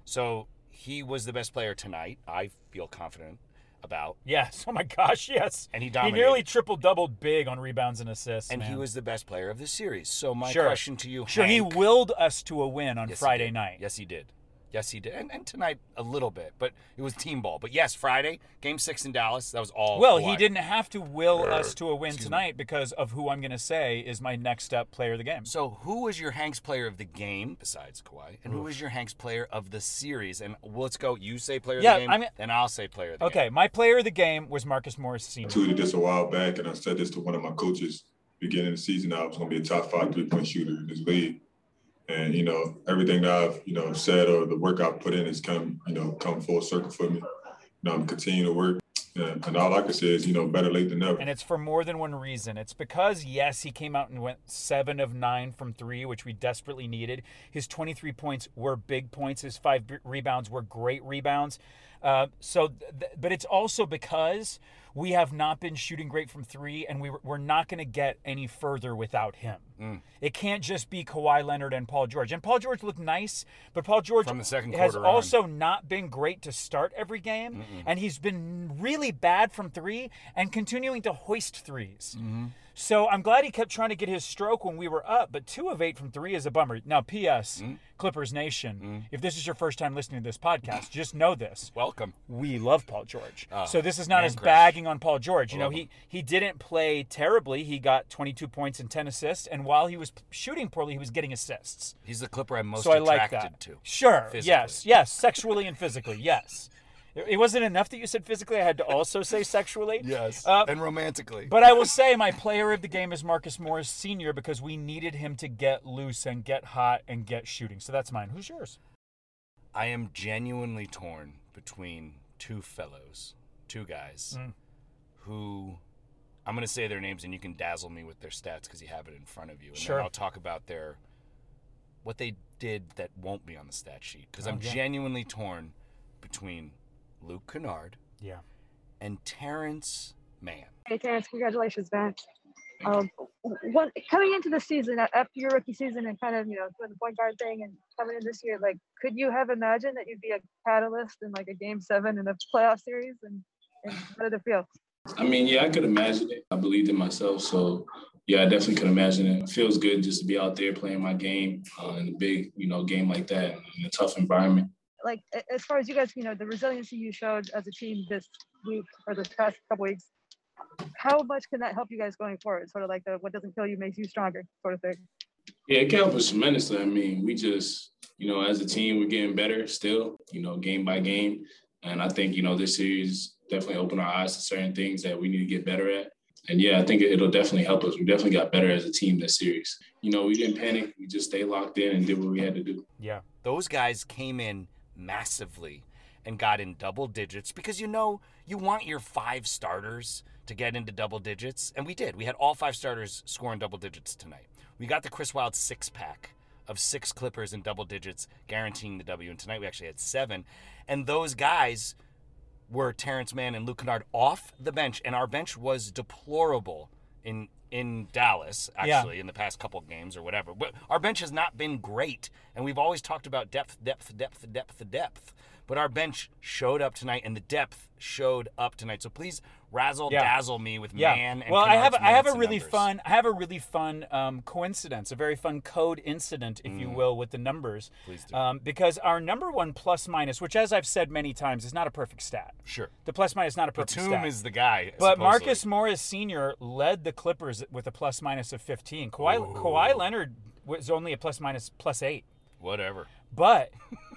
So he was the best player tonight. I feel confident about.
Yes. Oh my gosh. Yes.
And he
He nearly
dominated.
triple doubled big on rebounds and assists.
And he
man.
was the best player of the series. So my
Sure.
question to you,
Sure.
Hank-
He willed us to a win on
Yes, he
Friday
did.
night.
Yes, he did. Yes, he did. And, and tonight a little bit, but it was team ball. But yes, Friday, game six in Dallas, that was all.
Well, he
Kawhi.
didn't have to will
Er,
us to a win
excuse me.
tonight because of who I'm going to say is my next up player of the game.
So, who was your Hanks player of the game besides Kawhi, and who
Oof.
was your Hanks player of the series? And let's go. You say player
Yeah,
of the game,
I'm-
then I'll say player of the
Okay, my player of the game was Marcus Morris
I
Senior.
tweeted this a while back, and I said this to one of my coaches beginning of the season. I was going to be a top five three point shooter in this league, and you know everything that I've you know said or the work I've put in has come you know come full circle for me. You know, I'm continuing to work, and, and all I can say is you know better late than never.
And it's for more than one reason. It's because, yes, he came out and went seven of nine from three, which we desperately needed. His 23 points were big points. His five b- rebounds were great rebounds. Uh, so, th- th- but it's also because we have not been shooting great from three, and we, were- we're not going to get any further without him.
Mm.
It can't just be Kawhi Leonard and Paul George. And Paul George looked nice, but Paul George
From the second
has
quarter on.
also not been great to start every game,
Mm-mm.
and he's been really bad from three and continuing to hoist threes.
game.
So I'm glad he kept trying to get his stroke when we were up, but two of eight from three is a bummer. Now, P.S.
Mm.
Clippers Nation, if this is your first time listening to this podcast, just know this.
Welcome.
We love Paul George.
Ah,
so this is not
man
as
crush.
bagging on Paul George. You know,
Love
he, he didn't play terribly. He got 22 points and 10 assists, and while he was p- shooting poorly, he was getting assists.
He's the Clipper I'm most
so I like
attracted
that.
to.
Sure.
physically.
Yes. Yes. Sexually and physically. Yes. It it wasn't enough that you said physically. I had to also say sexually.
Yes.
Uh,
and romantically.
but I will say my player of the game is Marcus Morris Sr. because we needed him to get loose and get hot and get shooting. So that's mine. Who's yours?
I am genuinely torn between two fellows, two guys,
Mm.
who I'm going to say their names and you can dazzle me with their stats because you have it in front of you. And
Sure.
then I'll talk about their what they did that won't be on the stat sheet because I'm
Okay.
genuinely torn between Luke Kennard
Yeah.
and Terrence Mann.
Hey, Terrence, congratulations, man. Um, what, coming into the season, a- after your rookie season and kind of, you know, doing the point guard thing and coming in this year, like, could you have imagined that you'd be a catalyst in like a game seven in a playoff series? And, and how did it feel?
I mean, yeah, I could imagine it. I believed in myself, so yeah, I definitely could imagine it. It feels good just to be out there playing my game uh, in a big, you know, game like that in a tough environment.
Like, a- as far as you guys, you know, the resiliency you showed as a team this week or this past couple weeks, how much can that help you guys going forward? Sort of like the what doesn't kill you makes you stronger sort of thing.
Yeah, it can help us tremendously. I mean, we just, you know, as a team, we're getting better still, you know, game by game. And I think, you know, this series definitely opened our eyes to certain things that we need to get better at. And yeah, I think it'll definitely help us. We definitely got better as a team this series. You know, we didn't panic. We just stayed locked in and did what we had to do.
Yeah.
Those guys came in massively and got in double digits because you know you want your five starters to get into double digits. And we did. We had all five starters scoring double digits tonight. We got the Chris Wild six pack of six Clippers in double digits, guaranteeing the W. And tonight we actually had seven. And those guys were Terrence Mann and Luke Kennard off the bench, and our bench was deplorable in in Dallas actually in the past couple games or whatever. But our bench has not been great, and we've always talked about depth, depth, depth, depth, depth. But our bench showed up tonight, and the depth showed up tonight. So please razzle
Yeah.
dazzle me with
yeah.
man. And
well, I have
Kennard's
I have a
minutes and
really
numbers.
fun I have a really fun um, coincidence, a very fun code incident, if you
Mm.
will, with the numbers.
Please do.
Um, because our number one plus minus, which as I've said many times, is not a perfect stat.
Sure.
The plus minus is not a perfect
Batum
stat.
is the guy,
But
supposedly.
Marcus Morris Sr. led the Clippers with a plus minus of 15. Kawhi, Kawhi Leonard was only a plus minus plus eight.
Whatever.
But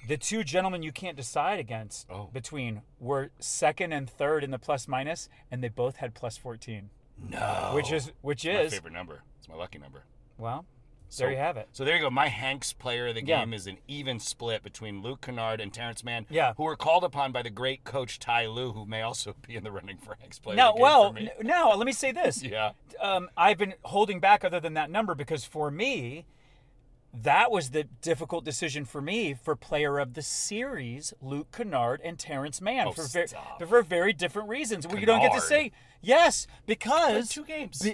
the two gentlemen you can't decide against
Oh.
between were second and third in the plus minus, and they both had plus fourteen.
No.
which is which
It's
is
my favorite number. It's my lucky number.
Well, there you have it.
So there you go. My Hanks player of the
Yeah.
game is an even split between Luke Kennard and Terrence Mann,
Yeah.
who were called upon by the great coach Ty Lue, who may also be in the running for Hanks player.
Now,
of the game
well,
for me.
n- now let me say this.
Yeah.
Um, I've been holding back other than that number because for me, that was the difficult decision for me for player of the series, Luke Kennard and Terrence Mann,
Oh,
for, ver-
stop.
but for very different reasons. We don't get to
Kennard.
say yes because
two games. Oh,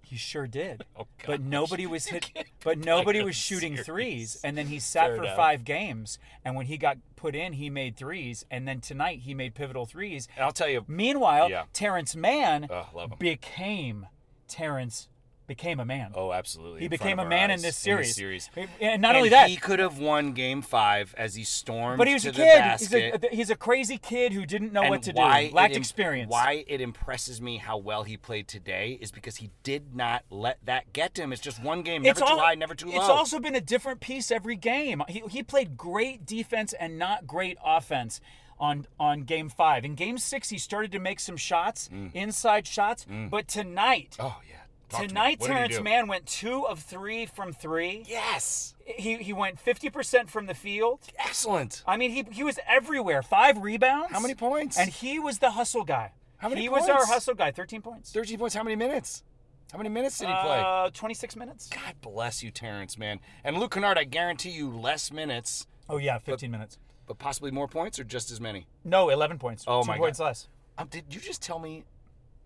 he sure did, but nobody was hit. But nobody was shooting threes, and then he sat
Fair
for
enough.
five games. And when he got put in, he made threes, and then tonight he made pivotal threes.
And I'll tell you.
Meanwhile,
Yeah.
Terrence Mann
love him.
became Terrence became a man.
Oh, absolutely.
He
In front
became
of
a
our
man in
eyes
this series.
series.
And not
And
only that,
he could have won Game Five as he stormed.
but he was
to
a
the
kid. He's
Basket.
a, he's a crazy kid who didn't know
And
what to
why
do. Lacked
it im-
experience.
Why it impresses me how well he played today is because he did not let that get to him. It's just one game, never
al-
too high, never too low.
It's also been a different piece every game. He, he played great defense and not great offense on on game five. In game six, he started to make some shots, inside shots.
Mm.
But tonight,
oh yeah, Talk to me.
tonight
What did he
Terrence
do?
Mann went two of three from three.
Yes,
he he went fifty percent from the field.
Excellent.
I mean, he he was everywhere. Five rebounds.
How many points?
And he was the hustle guy.
How many
He was our
points?
hustle guy. Thirteen points.
Thirteen points. How many minutes? How many minutes did he play?
Uh, twenty-six minutes.
God bless you, Terrence, man. And Luke Kennard, I guarantee you less minutes.
Oh yeah, fifteen minutes.
But possibly more points or just as many?
No, eleven points.
Oh
Two
my
points
God.
less.
Um, did you just tell me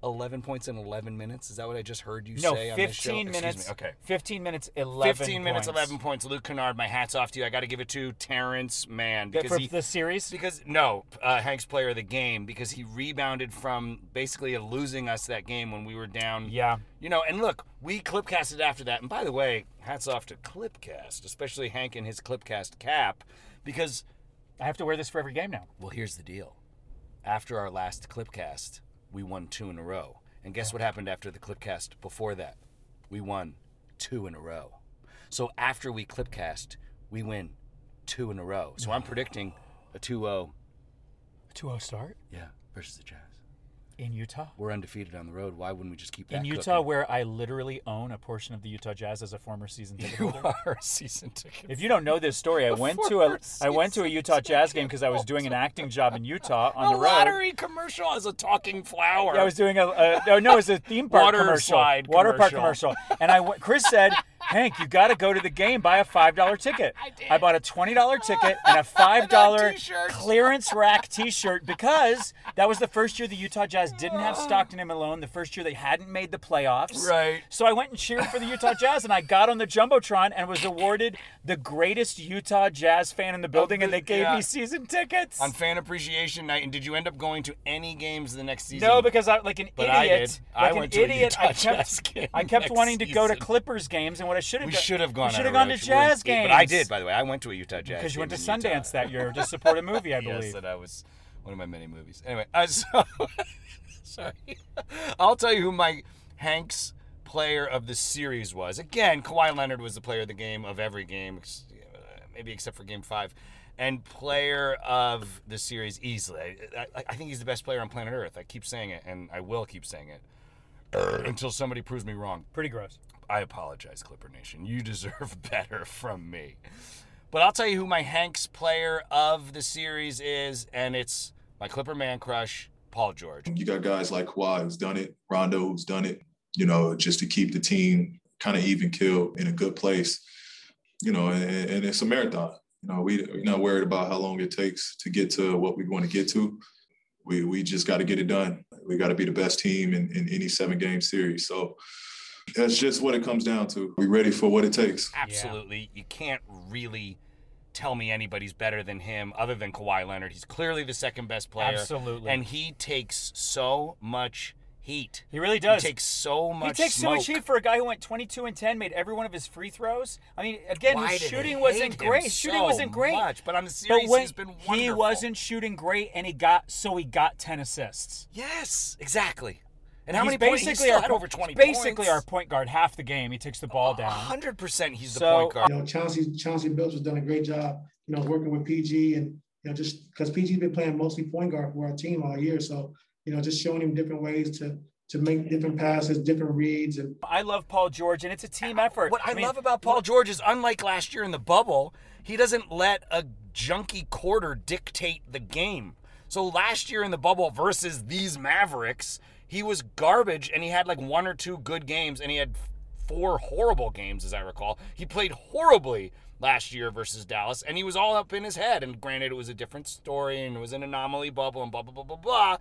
11 points in 11 minutes? Is that what I just heard you
no,
say on this show?
fifteen
Excuse
minutes.
me, Okay.
Fifteen minutes. Eleven.
15 minutes,
points.
11 points. Luke Kennard, my hat's off to you. I got to give it to Terrence Mann.
That
Because
for
he,
the series.
Because no, uh, Hank's player of the game because he rebounded from basically losing us that game when we were down.
Yeah.
You know, and look, we clipcasted after that. And by the way, hats off to Clipcast, especially Hank and his Clipcast cap, because
I have to wear this for every game now.
Well, here's the deal. After our last Clipcast, we won two in a row. And guess what happened after the Clipcast before that? We won two in a row. So after we Clipcast, we win two in a row. So I'm predicting a 2 0
Two-zero start
yeah, versus the Jazz.
in Utah.
We're undefeated on the road. Why wouldn't we just keep that
In Utah, where I literally own a portion of the Utah Jazz as a former season ticket
You
holder.
are a season ticket.
If you don't know this story, I went to a I went to a Utah Jazz game because I was doing an acting job in Utah on
a
the road.
lottery commercial as a talking flower.
Yeah, I was doing a, a no, no, it was a theme park
Water
commercial,
slide
water park
commercial.
commercial, and I went- Chris said, "Hank, you got to go to the game. Buy a five dollar ticket." I, bought a twenty dollar ticket and a five dollar clearance rack T shirt because that was the first year the Utah Jazz didn't have Stockton and Malone. The first year they hadn't made the playoffs.
Right.
So I went and cheered for the Utah Jazz, and I got on the jumbotron and was awarded the greatest Utah Jazz fan in the building, and they gave
yeah.
me season tickets.
on fan appreciation night. And did you end up going to any games the next season?
No, because I like an
But
idiot.
I did. I
like
went
an
to a
idiot.
Utah
I kept,
Jazz game
I kept
next
wanting to go to
season.
Clippers games, and what I should have
we
done-
should have gone.
We
on
should have
a
gone to
road trip. We wouldn't
jazz
skate,
games.
But I did, by the way. I went to a Utah Jazz
because you went to
game in
Sundance
Utah.
that year to support a movie, I believe.
yes, and I was one of my many movies. Anyway, uh, so sorry. I'll tell you who my Hanks player of the series was. Again, Kawhi Leonard was the player of the game of every game, ex- maybe except for Game Five. And player of the series easily. I, I, I think he's the best player on planet Earth. I keep saying it, and I will keep saying it until somebody proves me wrong.
Pretty gross.
I apologize, Clipper Nation. You deserve better from me. But I'll tell you who my Hanks player of the series is, and it's my Clipper man crush, Paul George.
You got guys like Kawhi who's done it, Rondo who's done it, you know, just to keep the team kind of even killed in a good place, you know, and, and it's a marathon. You know, we, we're not worried about how long it takes to get to what we want to get to. we we just got to get it done. We got to be the best team in, in any seven game series. So that's just what it comes down to. We ready for what it takes.
Absolutely. You can't really tell me anybody's better than him other than Kawhi Leonard. He's clearly the second best player.
Absolutely.
And he takes so much heat.
He really does.
He takes so much
He takes so much
smoke.
heat for a guy who went 22 and 10, made every one of his free throws. I mean, again,
Why
his
do they
shooting
hate
wasn't
him
great. His shooting
so
wasn't great.
much? But on the series,
when
he's been
He
wonderful.
wasn't shooting great, and he got so he got 10 assists.
Yes, exactly. And how
He's
many points? He
basically
still
our
had
po-
over 20
Basically,
points.
our point guard half the game. He takes the ball down.
100% he's
You know, Chauncey Chauncey Billups has done a great job. You know, working with PG and you know just because PG's been playing mostly point guard for our team all year, so you know just showing him different ways to to make different passes, different reads, and
I love Paul George, and it's a team effort.
What I,
mean,
love about Paul George is, unlike last year in the bubble, he doesn't let a junky quarter dictate the game. So last year in the bubble versus these Mavericks, he was garbage and he had like one or two good games and he had four horrible games, as I recall. He played horribly last year versus Dallas and he was all up in his head. And granted, it was a different story and it was an anomaly bubble and blah, blah, blah, blah, blah.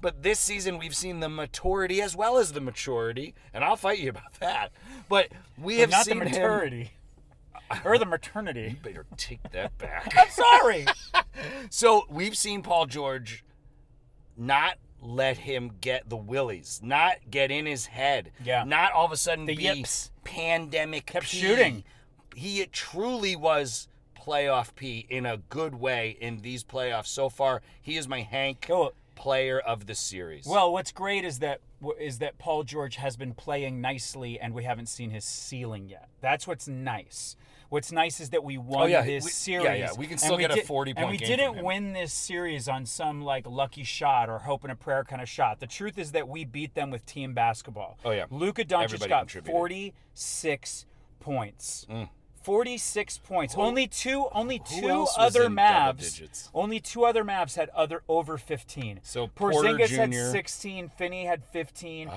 But this season, we've seen the maturity as well as the maturity. And I'll fight you about that. But we
But
have
not
seen
the
him-
maturity or the maternity. You
better take that back.
I'm sorry.
So we've seen Paul George not let him get the willies, not get in his head,
Yeah.
not all of a sudden
The
be
yips.
pandemic
Kept
P.
shooting.
He truly was playoff P in a good way in these playoffs so far. He is my Hank player of the series.
Well, what's great is that is that Paul George has been playing nicely, and we haven't seen his ceiling yet. That's what's nice. What's nice is that we won
Oh, yeah,
this
we-
series.
yeah, yeah, we can
and
still get a
did-
40-point
And we
game from
didn't
him.
win this series on some like lucky shot or hope and a prayer kind of shot. The truth is that we beat them with team basketball.
Oh, yeah.
Luka Doncic
Everybody
got
contributed. Mm.
forty six points. 46 points. only two only
who
two
else was
other
in double
Mavs.
digits?
Only two other Mavs had other over 15.
So Porter
Porzingis had
Jr..
16, Finney had 15.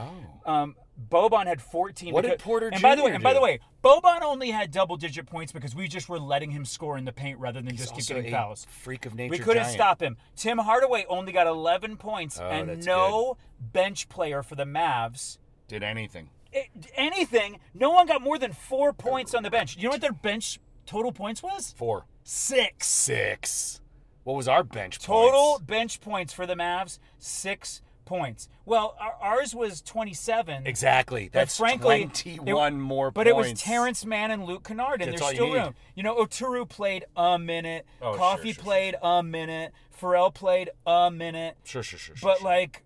Um, Boban had 14.
Oh. What did Porter
and by the way,
Jr.
And by the
do?
way, Boban only had double digit points because we just were letting him score in the paint rather than just keep
also
getting
a
fouls.
freak of nature
We couldn't
giant.
stop him. Tim Hardaway only got 11 points
Oh,
and
that's
no bench player for the Mavs
Did anything.
it- anything. No one got more than four points on the bench. You know what their bench total points was?
Four.
Six.
Six. What was our bench
Total
points?
bench points for the Mavs, six points. Well, our, ours was 27.
Exactly.
But
That's
frankly,
21
it-
more
But it was
points.
Terrence Mann and Luke Kennard, and
That's
there's
all you
still
need.
room. You know, Oturu played a minute.
Oh, sure,
Coffee
sure,
played a minute. Pharrell played a minute.
Sure, sure, sure. sure,
But,
sure.
like,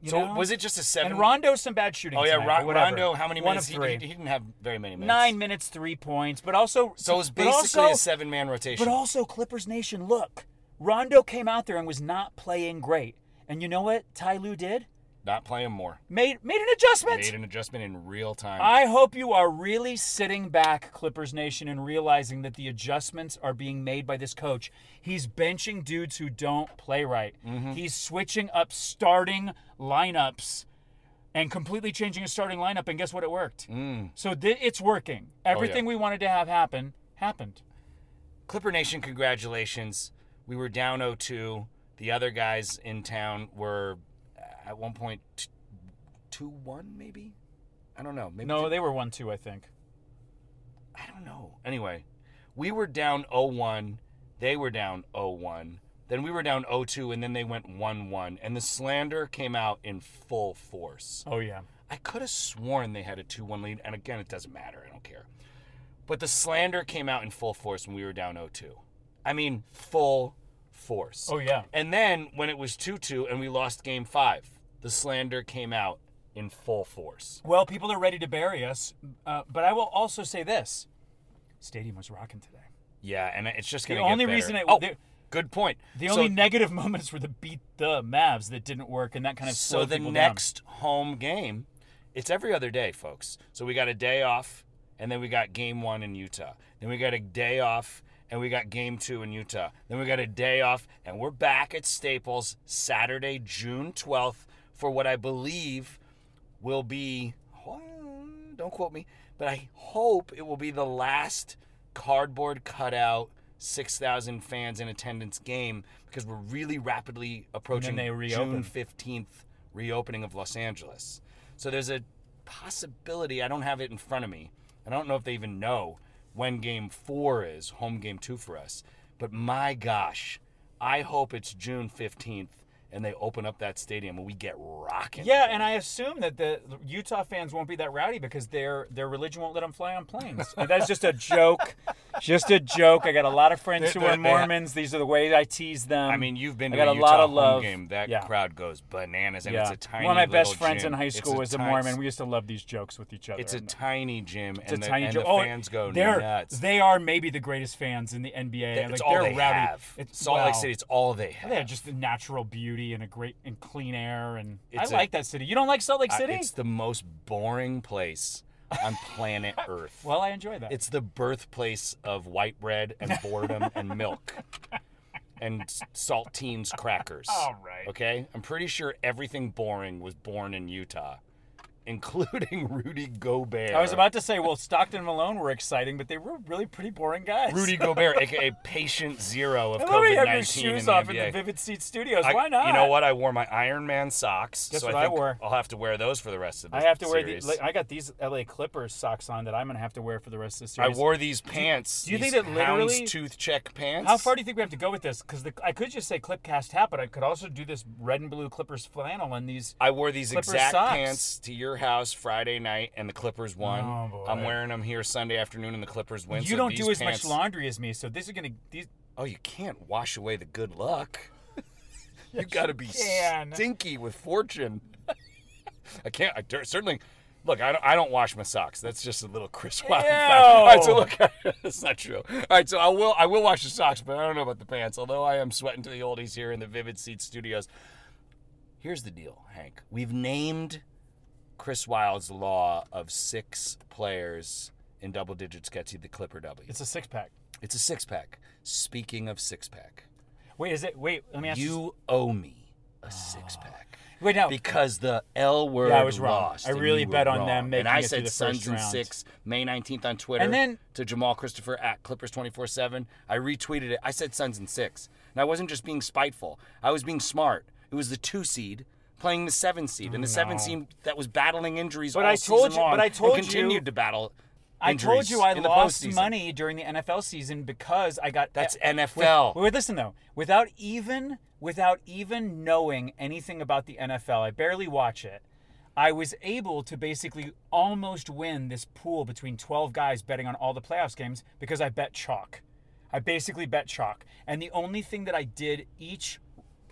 you
So
know?
was it just a seven-
And Rondo, some bad shooting.
Oh yeah,
tonight,
Ron-
but whatever.
Rondo. How many
One
minutes?
Of
He,
three.
he, he didn't have very many minutes.
Nine minutes, three points, but also
So it was
but
basically
also-
a seven-man rotation.
But also, Clippers Nation, look, Rondo came out there and was not playing great, and you know what Ty Lue did?
Not playing more.
Made made an adjustment.
Made an adjustment in real time.
I hope you are really sitting back, Clippers Nation, and realizing that the adjustments are being made by this coach. He's benching dudes who don't play right.
Mm-hmm.
He's switching up starting lineups and completely changing his starting lineup. And guess what? It worked.
Mm.
So thi- it's working.
Oh, yeah.
Everything we wanted to have happen happened.
Clipper Nation, congratulations. We were down 0-2. The other guys in town were uh, at one point t- 2-1 maybe? I don't know. Maybe
no, they were one two, I think.
I don't know. Anyway, we were down 0-1. They were down 0-1. Then we were down 0-2 and then they went 1-1 and the slander came out in full force.
Oh yeah.
I could have sworn they had a 2 1 lead. And again, it doesn't matter. I don't care. But the slander came out in full force when we were down 0 2. I mean, full force.
Oh, yeah.
And then when it was 2 2 and we lost game five, the slander came out in full force.
Well, people are ready to bury us, uh, but I will also say this: stadium was rocking today.
Yeah, and it's just
The
going to
only reason it
oh,
the,
good point.
The
So-
only negative moments were the beat the Mavs that didn't work, and that kind of
so
slowed
the
people down.
next home game it's every other day folks so we got a day off and then we got game one in utah then we got a day off and we got game two in utah then we got a day off and we're back at staples saturday june 12th for what i believe will be don't quote me but i hope it will be the last cardboard cutout 6,000 fans in attendance game because we're really rapidly approaching
they
June
reopen.
15th reopening of Los Angeles. So there's a possibility, I don't have it in front of me. and I don't know if they even know when game four is, home game two for us. But my gosh, I hope it's June 15th and they open up that stadium and we get rocking.
Yeah, and I assume that the Utah fans won't be that rowdy because their their religion won't let them fly on planes. And that's just a joke. Just a joke. I got a lot of friends
They-
who
they-
are
they-
Mormons. These are the ways I tease them.
I mean, you've been
Um, I
to
got
a
a
Utah
lot of
home
love.
game. That
Yeah.
crowd goes bananas, and it's a tiny.
One of my
little
best friends
gym.
in high
It's
school was a
tiny-
Mormon. We used to love these jokes with each other.
It's a
And
tiny gym,
it's a
and, the,
tiny
and
joke.
the fans
oh,
go
they're,
nuts.
They are maybe the greatest fans in the NBA.
That's
like,
all
they're
they
rowdy.
have. Salt Lake City, it's all they
They have just the natural beauty and a great and clean air. And
It's
I
a-
like that city. You don't like Salt Lake
I-
City?
it's the most boring place on planet Earth.
well, I enjoy that.
It's the birthplace of white bread and boredom and milk and s- saltines crackers.
All right.
Okay? I'm pretty sure everything boring was born in Utah, including Rudy Gobert.
I was about to say, well, Stockton and Malone were exciting, but they were really pretty boring guys.
Rudy Gobert, aka patient zero of
I
COVID
love how you
19.
have your shoes off in the Vivid Seat Studios. Why not?
You know what? I wore my Iron Man socks.
That's
so
what
I,
I
think
wore.
I'll have to wear those for the rest of the
I have to wear
series.
the. Like, I got these LA Clippers socks on that I'm gonna have to wear for the rest of the
I
series.
wore these
Do-
pants.
Do you
these
think that literally
tooth check pants?
How far do you think we have to go with this? Because I could just say Clipcast hat, but I could also do this red and blue Clippers flannel and these.
I wore these
Clippers
exact
socks.
pants to your house Friday night, and the Clippers won.
Oh, boy.
I'm wearing them here Sunday afternoon, and the Clippers win.
you
so
don't
these
do as
pants,
much laundry as me, so these are gonna. These.
Oh, you can't wash away the good luck. you got to be
can.
stinky with fortune. I can't. I dur- certainly. Look, I don't, I don't wash my socks. That's just a little crisscross. fact. All right, so look, that's not true. All right, so I will I will wash the socks, but I don't know about the pants. Although I am sweating to the oldies here in the Vivid Seat Studios. Here's the deal, Hank. We've named Chris Wild's law of six players in double digits gets you the Clipper W.
It's a six pack.
It's a six pack. Speaking of six pack,
Wait, is it? Wait, let me ask
you owe me a six pack.
Wait, no.
Because the L word
Yeah, I was wrong.
lost.
I
and
really
you were
bet on
wrong.
them making
And I
it through
said
the
Suns
first
and
round.
Six, May 19th on Twitter.
And then-
to Jamal Christopher at Clippers 24 7. I retweeted it. I said Suns and Six. And I wasn't just being spiteful, I was being smart. It was the two seed playing the seven seed. And the seven
No.
seed that was battling injuries
But
all
I told
season
you-
long
but I
and
told you-
continued to battle.
I told
injuries
you I
in the
lost
postseason.
money during the NFL season because I got
That's
eh,
NFL.
Wait, wait, listen though. Without even without even knowing anything about the NFL, I barely watch it. I was able to basically almost win this pool between 12 guys betting on all the playoffs games because I bet chalk. I basically bet chalk. And the only thing that I did each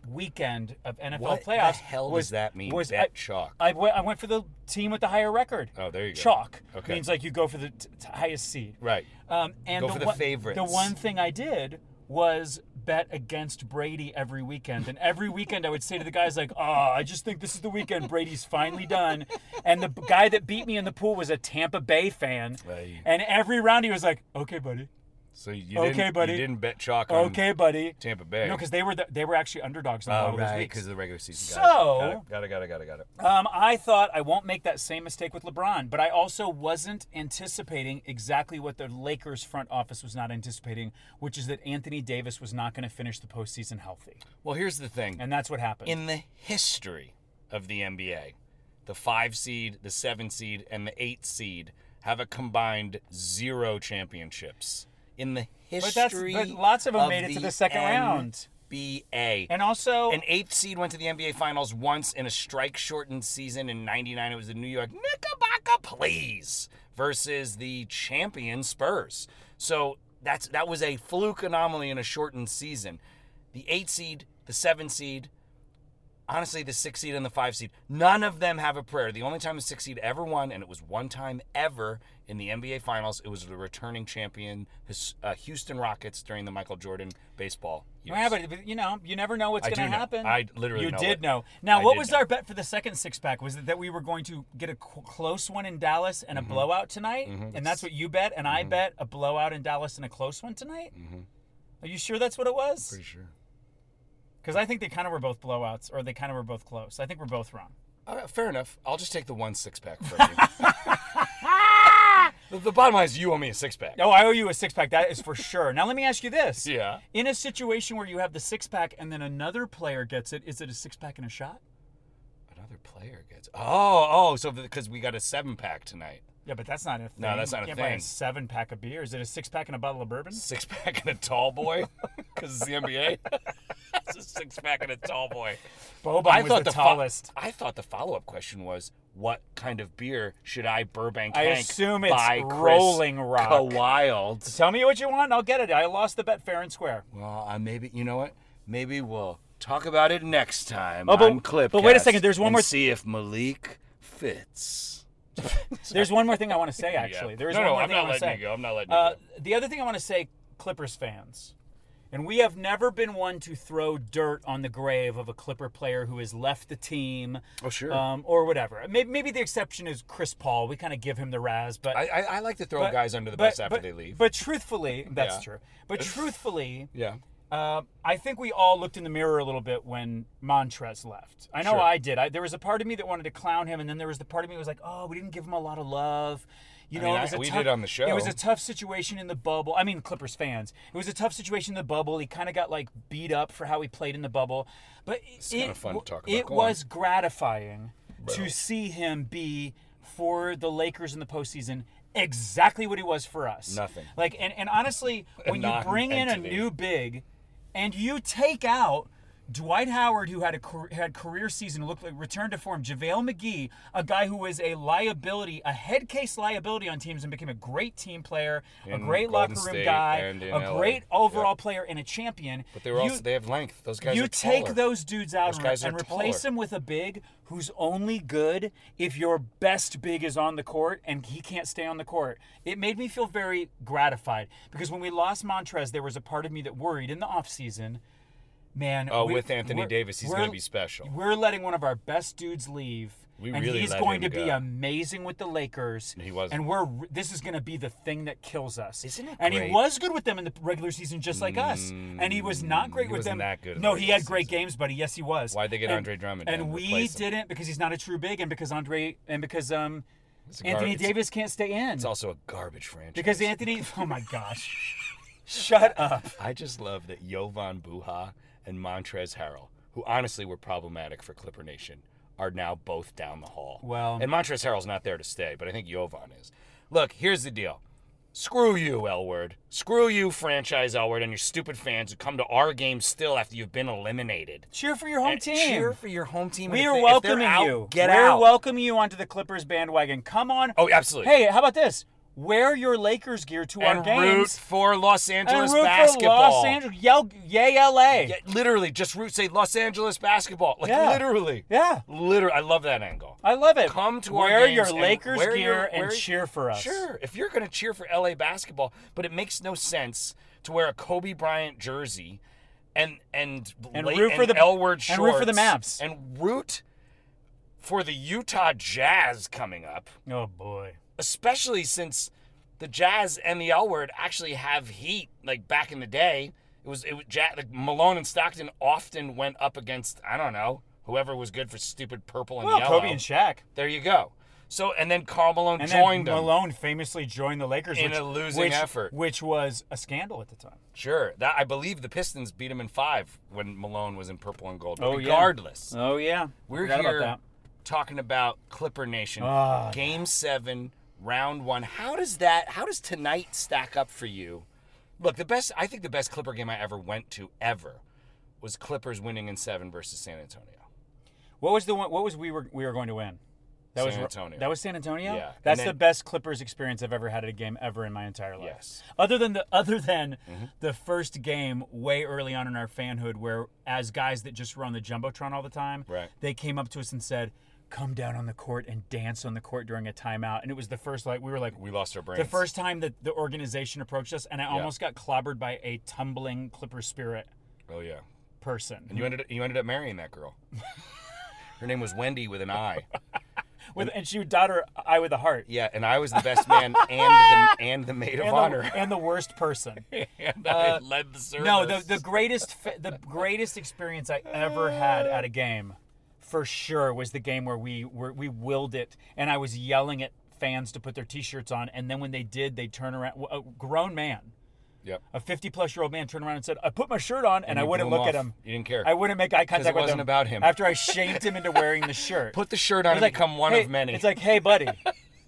weekend of NFL
What the
playoffs
hell
was
does that mean,
was
bet
I-
chalk?
I went, I went for the team with the higher record.
Oh, there you go.
Chalk.
Okay.
Means like you go for the t- t- highest seed.
Right.
Um, and
Go
the
for the
one,
favorites.
The one thing I did was bet against Brady every weekend. And every weekend I would say to the guys like, "Oh, I just think this is the weekend Brady's finally done." And the b- guy that beat me in the pool was a Tampa Bay fan. And every round he was like, "Okay, buddy."
So you
Okay,
didn't,
buddy.
You didn't bet chalk on
Okay, buddy.
Tampa Bay.
No, because they were the, they were actually underdogs in a lot
Oh,
of those
right,
weeks.
because of the regular season.
So-
got it, got it, got it, got it. Got it, got it.
Um, I thought I won't make that same mistake with LeBron, but I also wasn't anticipating exactly what the Lakers front office was not anticipating, which is that Anthony Davis was not going to finish the postseason healthy.
Well, here's the thing.
And that's what happened.
In the history of the NBA, the five seed, the seven seed, and the eight seed have a combined zero championships. In the
But that's-
history,
but lots of 'em made it to the second round.
NBA.
And also-
an eighth seed went to the NBA Finals once in a strike-shortened season in '99. It was the New York Knickerbocker Please versus the champion Spurs. So that's that was a fluke anomaly in a shortened season. The eight seed, the seven seed, honestly, the six seed and the five seed, none of them have a prayer. The only time the six seed ever won, and it was one time ever in the NBA Finals, it was the returning champion his- uh, Houston Rockets during the Michael Jordan baseball. years.
Yeah, but but, you know, you never know what's
I
going
do
to
know.
happen.
I literally
you
know
did
it.
know. Now,
I
what
did
was
know.
our bet for the second six pack? Was it that we were going to get a cl- close one in Dallas and a
Mm-hmm.
blowout tonight?
Mhm.
And that's what you bet, and
Mm-hmm.
I bet a blowout in Dallas and a close one tonight. Are you sure that's what it was? Pretty
sure.
Because I think they kind of were both blowouts, or they kind of were both close. I think we're both wrong.
All right, fair enough. I'll just take the one six pack from you. The, the bottom line is you owe me a six pack.
Oh, I owe you a six pack. That is for sure. Now let me ask you this.
Yeah.
In a situation where you have the six pack and then another player gets it, is it a six pack and a shot?
Another player gets. Oh, oh, so because we got a seven pack tonight.
Yeah, but that's not a thing.
No, that's not
you
a
can't Buy
thing.
a seven pack of beer. Is it a six pack and a bottle of bourbon?
Six pack and a tall boy, because it's the NBA. it's a six pack and a tall boy.
Boban was the
fo-
tallest.
I thought the follow up question was, what kind of beer should I Burbank?
I
Hank
assume it's
buy Chris
Rolling Rock.
Wild.
Tell me what you want, and I'll get it. I lost the bet fair and square.
Well, I maybe you know what? Maybe we'll talk about it next time.
Oh, but-
on Clipcast
but wait a second, there's one
and
more-
See if Malik fits.
There's one more thing I want to say. Actually, there is
No,
one
no,
more
I'm
thing
not
I want to
letting
say.
you go. I'm not letting you
uh, The other thing I want to say, Clippers fans, and we have never been one to throw dirt on the grave of a Clipper player who has left the team.
Oh, sure.
um, or whatever. Maybe, maybe the exception is Chris Paul. We kind of give him the razz, but
I, I, I like to throw
but-
guys under the
but-
bus after
but-
they leave.
But truthfully, that's
Yeah.
true. But truthfully,
Yeah.
uh, I think we all looked in the mirror a little bit when Montrez left. I know
Sure.
I did. I, there was a part of me that wanted to clown him, and then there was the part of me that was like, "Oh, we didn't give him a lot of love." You
I
know,
mean,
it
I-
was a
we
tough-
did on the show.
It was a tough situation in the bubble. I mean, Clippers fans. It was a tough situation in the bubble. He kind of got like beat up for how he played in the bubble, but it's
kinda fun to talk about.
It
Go on.
was gratifying to see him be for the Lakers in the postseason exactly what he was for us.
Nothing.
Like and, and honestly,
A
when you bring in a
non-entity.
new big and you take out Dwight Howard, who had a car- had career season, looked like returned to form. JaVale McGee, a guy who was a liability, a head case liability on teams, and became a great team player, a
In
great
Golden
locker room
State
guy,
and in
a
LA.
great overall player, and a champion.
But they were
You-
also they have length. Those guys
you
are
take
taller.
those dudes out
Those
and,
guys are
and
taller.
replace them with a big who's only good if your best big is on the court and he can't stay on the court. It made me feel very gratified because when we lost Montrez, there was a part of me that worried in the offseason. Man,
Oh,
we-
with Anthony
we're-
Davis, he's
we're-
going to be special.
We're letting one of our best dudes leave.
We
and
really
he's
let
going
him
to be
go.
amazing with the Lakers.
He wasn't.
And we're this is going to be the thing that kills us. Isn't it? And
great?
he was good with them in the regular season, just like us. And he was not great
he
with
wasn't
them.
that good in the
no, he
regular
had great games, buddy. Yes, he was.
Why'd they get
And-
Andre Drummond
And
and
we
replace
didn't because he's not a true big, and because Andre and because um,
a gar-
Anthony
it's a-
Davis can't stay in.
It's also a garbage franchise.
because Anthony, oh my gosh, shut up.
I just love that Jovan Buha and Montrez Harrell, who honestly were problematic for Clipper Nation, are now both down the hall.
Well-
and Montrez Harrell's not there to stay, but I think Jovan is. Look, here's the deal. Screw you, L word. Screw you, franchise L word, and your stupid fans who come to our game still after you've been eliminated.
Cheer for your home
And
team.
cheer for your home team.
We
And if
are
they- if they're
welcoming
out,
you.
Get
We're
out.
welcoming you onto the Clippers bandwagon. Come on.
Oh, absolutely.
Hey, how about this? Wear your Lakers gear to our
and root
games.
for Los Angeles
and root
basketball.
for Los Angeles. Yell, yay, LA.
Yeah, literally, just root say Los Angeles basketball. Like
Yeah.
literally.
Yeah.
Literally, I love that angle.
I love it.
Come to
wear
our
your
games and
Lakers
wear
gear
your-
and
wear-
cheer for us.
Sure. If you're going to cheer for LA basketball, but it makes no sense to wear a Kobe Bryant jersey and and
And
late-
root for the-
L word shorts
and root for the Mavs.
and root for the Utah Jazz coming up,
Oh boy.
especially since the Jazz and the L word actually have heat. Like back in the day, it was it was ja- like Malone and Stockton often went up against I don't know whoever was good for stupid purple and
Well,
yellow.
Kobe and Shaq.
There you go. So and then Carl Malone
And
joined
then
them.
Malone famously joined the Lakers
In
which,
a losing
which-
effort.
which was a scandal at the time.
Sure, that I believe the Pistons beat him in five when Malone was in purple and gold. But
Oh, yeah.
regardless,
Oh yeah,
we're
Forgot
here
about that.
talking about Clipper Nation,
Ah.
Game Seven, Round One. How does that? How does tonight stack up for you? Look, the best. I think the best Clipper game I ever went to ever was Clippers winning in seven versus San Antonio.
What was the one? What was we were we were going to win? That was
San Antonio.
That was San Antonio.
Yeah.
That's
And
the
then-
best Clippers experience I've ever had at a game ever in my entire life.
Yes. Mm-hmm.
Other than the other than the first game way early on in our fanhood, where as guys that just were on the jumbotron all the time,
Right.
they came up to us and said. Come down on the court and dance on the court during a timeout, and it was the first like we were like
We lost our brains.
the first time that the organization approached us, and I
Yeah.
almost got clobbered by a tumbling Clipper spirit
Oh yeah,
person.
and you ended you ended up marrying that girl. Her name was Wendy with an I.
with, and she would dot her eye with a heart.
Yeah, and I was the best man and the and the maid of
and
honor.
The, and the worst person.
and
I
led the service.
no, the, the greatest fa- the greatest experience I ever had at a game, for sure, was the game where we were, we willed it, and I was yelling at fans to put their T-shirts on, and then when they did, they turn around. A grown man,
Yep.
a fifty-plus-year-old man, turned around and said, "I put my shirt on," and,
And
I
you blew
wouldn't
him
look at
off.
him.
You didn't care.
I wouldn't make eye
'Cause it
contact with
wasn't
him
about him.
After I shamed him into wearing the shirt,
Put the shirt on
It's
and become one
"Hey,"
of many.
It's like, hey, buddy.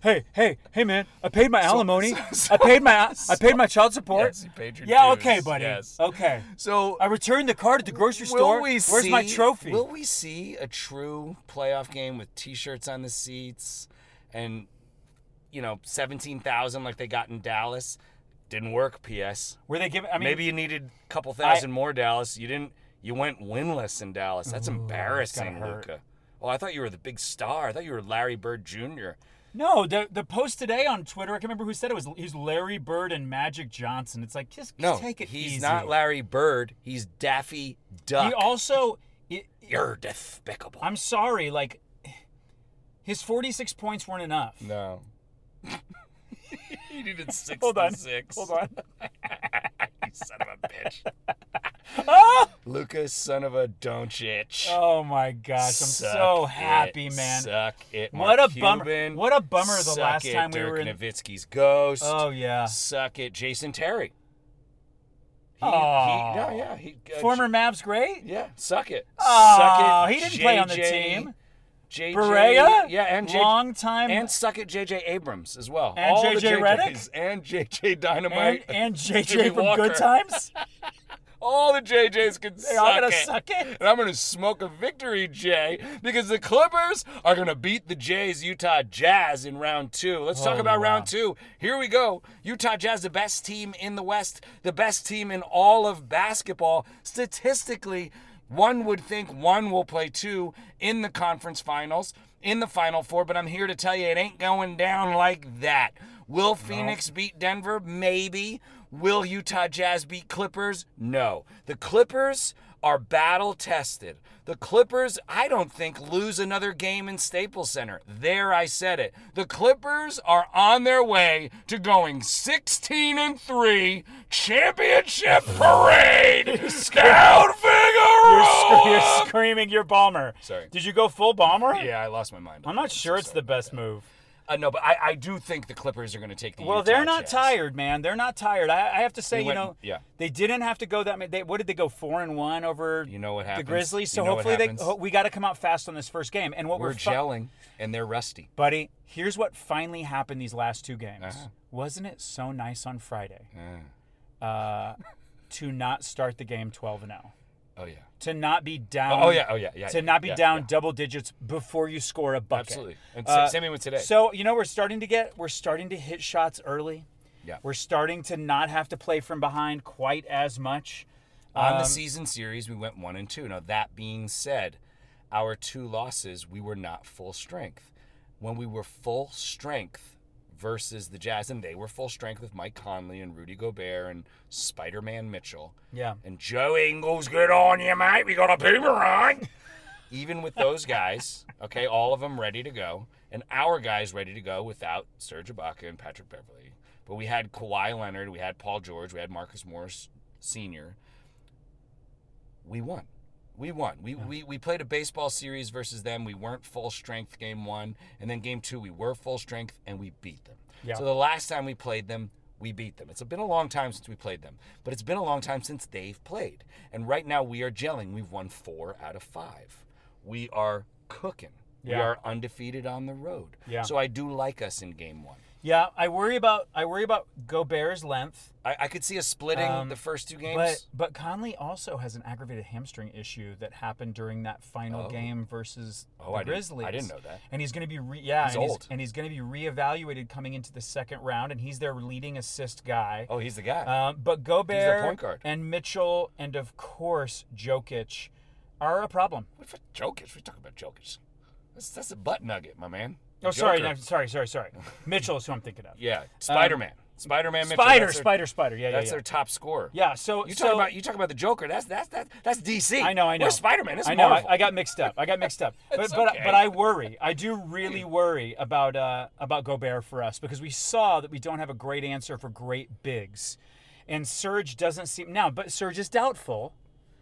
Hey, hey, hey, man! I paid my
So-
alimony.
so-
I paid my I paid my child support.
Yes, you paid your
yeah,
dues,
okay, buddy.
yes.
Okay.
So
I returned the card at the grocery
Will
store.
we
Where's my
see-
trophy?
Will we see a true playoff game with T-shirts on the seats and you know seventeen thousand like they got in Dallas? Didn't work. P.S.
Were they giving? I mean,
maybe you needed a couple thousand more Dallas. You didn't. You went winless in Dallas. That's
Ooh, that's
embarrassing,
gotta hurt.
Luca. Well, I thought you were the big star. I thought you were Larry Bird Jr.
No, the the post today on Twitter, I can remember who said it was he's Larry Bird and Magic Johnson. It's like just, just
No,
take it
he's
easy.
not Larry Bird. He's Daffy Duck.
He also it-
You're despicable.
I'm sorry, like his 46 points weren't enough.
No. you needed
Hold on.
66.
Hold on.
you son of a bitch.
Ah!
Lucas, son of a don't itch.
Oh my gosh, I'm
Suck
so
it,
happy, man.
Suck it,
What
Mark
a bummer-
Cuban.
what a bummer the
Suck
last
it,
time we
Dirk
were in-
Nowitzki's ghost.
Oh, yeah.
Suck it, Jason Terry. He,
oh,
he- no, yeah, he, uh,
former Mavs great.
Yeah, suck it.
Oh,
suck it.
he didn't play on the
JJ,
team.
JJ,
Barea?
yeah, and J-
Long time-
and suck it, JJ Abrams as well,
And
All the
JJ Redick?
JJs. and JJ Dynamite,
And- and JJ
Jimmy
from
Walker.
Good Times?
All the JJs can
They're
suck
all gonna
it.
suck it?
and I'm gonna smoke a victory, Jay, because the Clippers are gonna beat the Jays, Utah Jazz, in round two. Let's talk
Oh,
about
wow.
round two. Here we go. Utah Jazz, the best team in the West, the best team in all of basketball. Statistically, one would think one will play two in the conference finals, in the final four, but I'm here to tell you it ain't going down like that. Will Phoenix beat Denver? Maybe. Will Utah Jazz beat Clippers? No. The Clippers are battle tested. The Clippers, I don't think, lose another game in Staples Center. There, I said it. The Clippers are on their way to going 16 and 3 championship parade down
You're, sc-
Figueroa.
you're screaming, you're Balmer.
Sorry.
Did you go full Balmer?
Yeah, I lost my mind.
I'm not sure it's the best move.
Uh, no, but I, I do think the Clippers are going to take the.
Well,
Utah
they're not
Jazz.
tired, man. They're not tired. I, I have to say,
We
you
went-
know,
yeah.
they didn't have to go that. ma- They, what did they go four and one over? You know
what
The
happens.
Grizzlies.
You
So
know what
hopefully they
happens.
ho- we got to come out fast on this first game. And what
We're
we're, fi-
gelling, and they're rusty.
buddy. Here's what finally happened these last two games.
Uh-huh.
Wasn't it so nice on Friday uh, to not start the game twelve and zero?
Oh yeah.
To not be down.
Oh, oh, yeah, oh, yeah, yeah,
To
yeah,
not be
yeah,
down double digits before you score a bucket. Uh,
Absolutely. And sa- same with today.
So you know we're starting to get we're starting to hit shots early.
Yeah.
We're starting to not have to play from behind quite as much.
On the
Um,
season series, we went one and two. Now that being said, our two losses, we were not full strength. When we were full strength versus the Jazz, and they were full strength with Mike Conley and Rudy Gobert and Spider-Man Mitchell.
Yeah.
And Joe Ingles, good on you, mate. We got a boomerang. Even with those guys, okay, all of them ready to go, and our guys ready to go without Serge Ibaka and Patrick Beverly. But we had Kawhi Leonard, we had Paul George, we had Marcus Morris Sr. We won. We won. We, we we played a baseball series versus them. We weren't full strength game one, and then game two we were full strength and we beat them.
Yeah.
So the last time we played them, we beat them. It's been a long time since we played them, but it's been a long time since they've played. And right now we are gelling. We've won four out of five. We are cooking.
Yeah.
We are undefeated on the road.
Yeah.
So I do like us in game one.
Yeah, I worry about I worry about Gobert's length.
I, I could see us splitting
Um,
the first two games.
But but Conley also has an aggravated hamstring issue that happened during that final
Oh.
game versus
Oh, I
the
didn't- I
Grizzlies.
didn't know that.
And he's going to be re- yeah,
He's
and
old.
and he's going to be reevaluated coming into the second round, and he's their leading assist guy.
oh, he's the guy.
Um, but Gobert
point guard.
and Mitchell and of course Jokic are a problem.
Jokic. We talk about Jokic. That's that's a butt nugget, my man.
Oh, sorry,
Joker.
no, sorry, sorry, sorry. Mitchell is who I'm thinking of.
Yeah,
Um,
Spider Man. Spider Man.
Spider, Spider, Spider. Yeah, yeah,
That's
yeah.
their top scorer.
Yeah, so
you talk
so-
about you talk about the Joker. That's that's that's that's DC.
I know, I know.
We're Spider Man. That's
I know. I,
Marvel.
I got mixed up. I got mixed up. but
It's
but
okay.
but I worry. I do really worry about uh, about Gobert for us because we saw that we don't have a great answer for great bigs, and Serge doesn't seem now. But Serge is doubtful.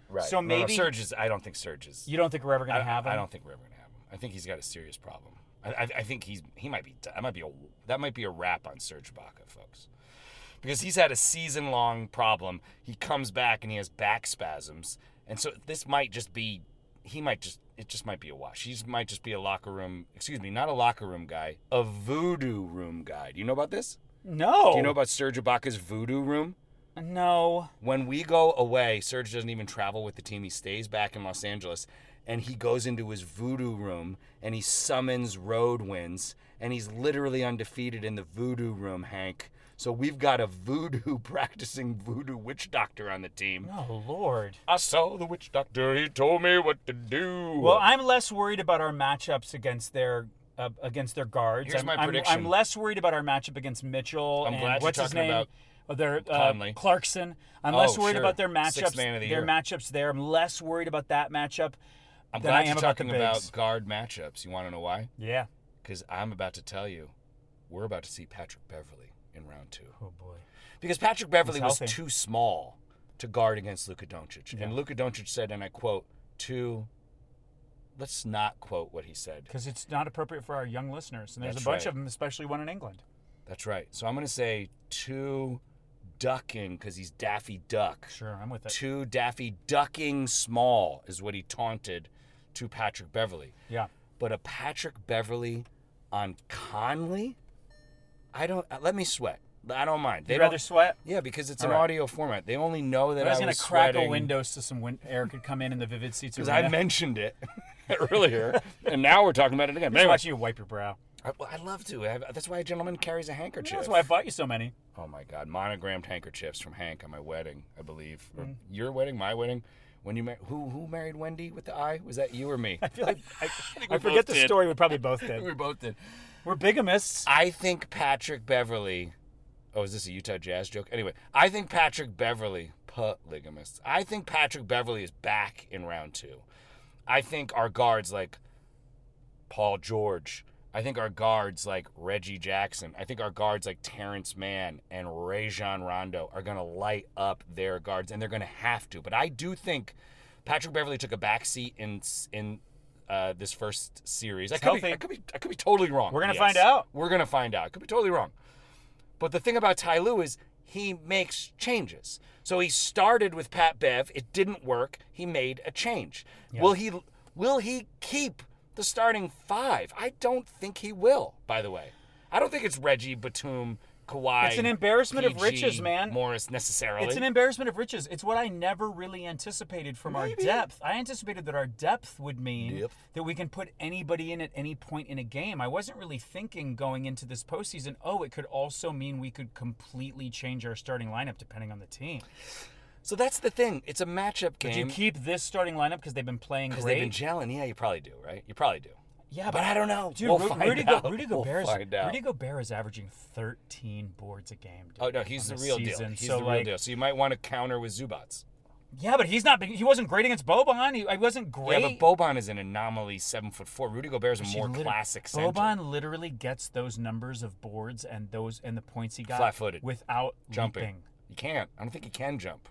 right.
So
No, no,
maybe
Surge is. I don't think Surge is.
You don't think we're ever going
I-
to have him?
I don't think we're ever gonna have him. I think he's got a serious problem. I, I- I think he's he might be do- that might be a that might be a wrap on Serge Ibaka, folks, because he's had a season long problem. He comes back and he has back spasms, and so this might just be he might just it just might be a wash. He might just be a locker room excuse me not a locker room guy a voodoo room guy. Do you know about this?
No.
Do you know about Serge Ibaka's voodoo room?
No.
When we go away, Serge doesn't even travel with the team. He stays back in Los Angeles and he goes into his voodoo room and he summons road wins and he's literally undefeated in the voodoo room, Hank. So we've got a voodoo practicing voodoo witch doctor on the team.
Oh Lord.
I saw the witch doctor. He told me what to do.
Well, I'm less worried about our matchups against their uh, against their guards.
Here's
I'm,
my
I'm-
prediction.
I'm less worried about our matchup against Mitchell
I'm
and
glad you're
what's his
talking
name.
about
Uh, their uh,
Conley.
Clarkson. I'm
Oh,
less worried
sure.
about their matchups.
Sixth man of the
their
year.
matchups there. I'm less worried about that matchup
I'm
than
glad
I am
you're
about the
talking about,
bigs.
guard matchups. You want to know why?
Yeah.
Because I'm about to tell you, we're about to see Patrick Beverly in round two.
Oh boy.
Because Patrick Beverly was
healthy.
too small to guard against Luka Doncic,
Yeah.
and Luka Doncic said, and I quote, "To let's not quote what he said."
because it's not appropriate for our young listeners, and there's
That's
a bunch
right.
of them, especially one in England.
That's right. So I'm gonna say two ducking because he's Daffy Duck.
Sure, I'm with it.
Two Daffy ducking small is what he taunted to Patrick Beverly.
Yeah.
But a Patrick Beverly on Conley, I don't. uh, Let me sweat. I don't mind.
You'd
don't-
rather sweat?
Yeah, because it's
All
an
right.
audio format. They only know that
I was
going
gonna
to
crack a window so some win- air could come in in the vivid seats.
because I mentioned it earlier, and now we're talking about it again.
Just
Anyway.
watching you wipe your brow.
I, well, I'd love to. I, that's why a gentleman carries a handkerchief.
That's why I bought you so many.
Oh my God, monogrammed handkerchiefs from Hank on my wedding, I believe. Or
Mm.
Your wedding, my wedding. When you mar- who who married Wendy with the eye? Was that you or me?
I feel like I,
think
I
we
forget
both
the
did.
story. We probably both did.
we both did.
We're bigamists.
I think Patrick Beverly. Oh, is this a Utah Jazz joke? Anyway, I think Patrick Beverly, put ligamists. I think Patrick Beverly is back in round two. I think our guards like Paul George. I think our guards like Reggie Jackson. I think our guards like Terrence Mann and Rajon Rondo are going to light up their guards, and they're going to have to. But I do think Patrick Beverly took a backseat in in uh, this first series. I
It's
could, be,
healthy.
I could be I could be totally wrong.
We're gonna find out.
We're going to find out. I could be totally wrong. But the thing about Ty Lue is he makes changes. So he started with Pat Bev. It didn't work. He made a change. Will he? Will he keep the starting five? I don't think he will. By the way, I don't think it's Reggie Batum, Kawhi.
It's an embarrassment of
PG,
riches, man.
Morris necessarily.
It's an embarrassment of riches. It's what I never really anticipated from
Maybe.
our depth. I anticipated that our depth would mean
Depth.
that we can put anybody in at any point in a game. I wasn't really thinking going into this postseason, oh, it could also mean we could completely change our starting lineup depending on the team.
so that's the thing. It's a matchup
Could you
game.
keep this starting lineup because they've been playing
because
great?
they've been gelling. Yeah, you probably do. Right? You probably do.
yeah,
but I don't know.
Dude,
We'll
Ru-
find
Rudy,
out.
Go- Rudy
We'll
Gobert
find
is
out.
Rudy Gobert is averaging 13 boards a game. Dude,
Oh no, he's the
on this
real deal.
season.
He's
so
the real
like,
deal. So you might want to counter with Zubats.
Yeah, but he's not. big- He wasn't great against Boban. He, he wasn't great.
Yeah, but Boban is an anomaly, seven foot four. Rudy Gobert is a
She
more
liter-
classic center.
Boban literally gets those numbers of boards and those and the points he got
Flat-footed.
without
jumping.
leaping.
You can't. I don't think he can jump.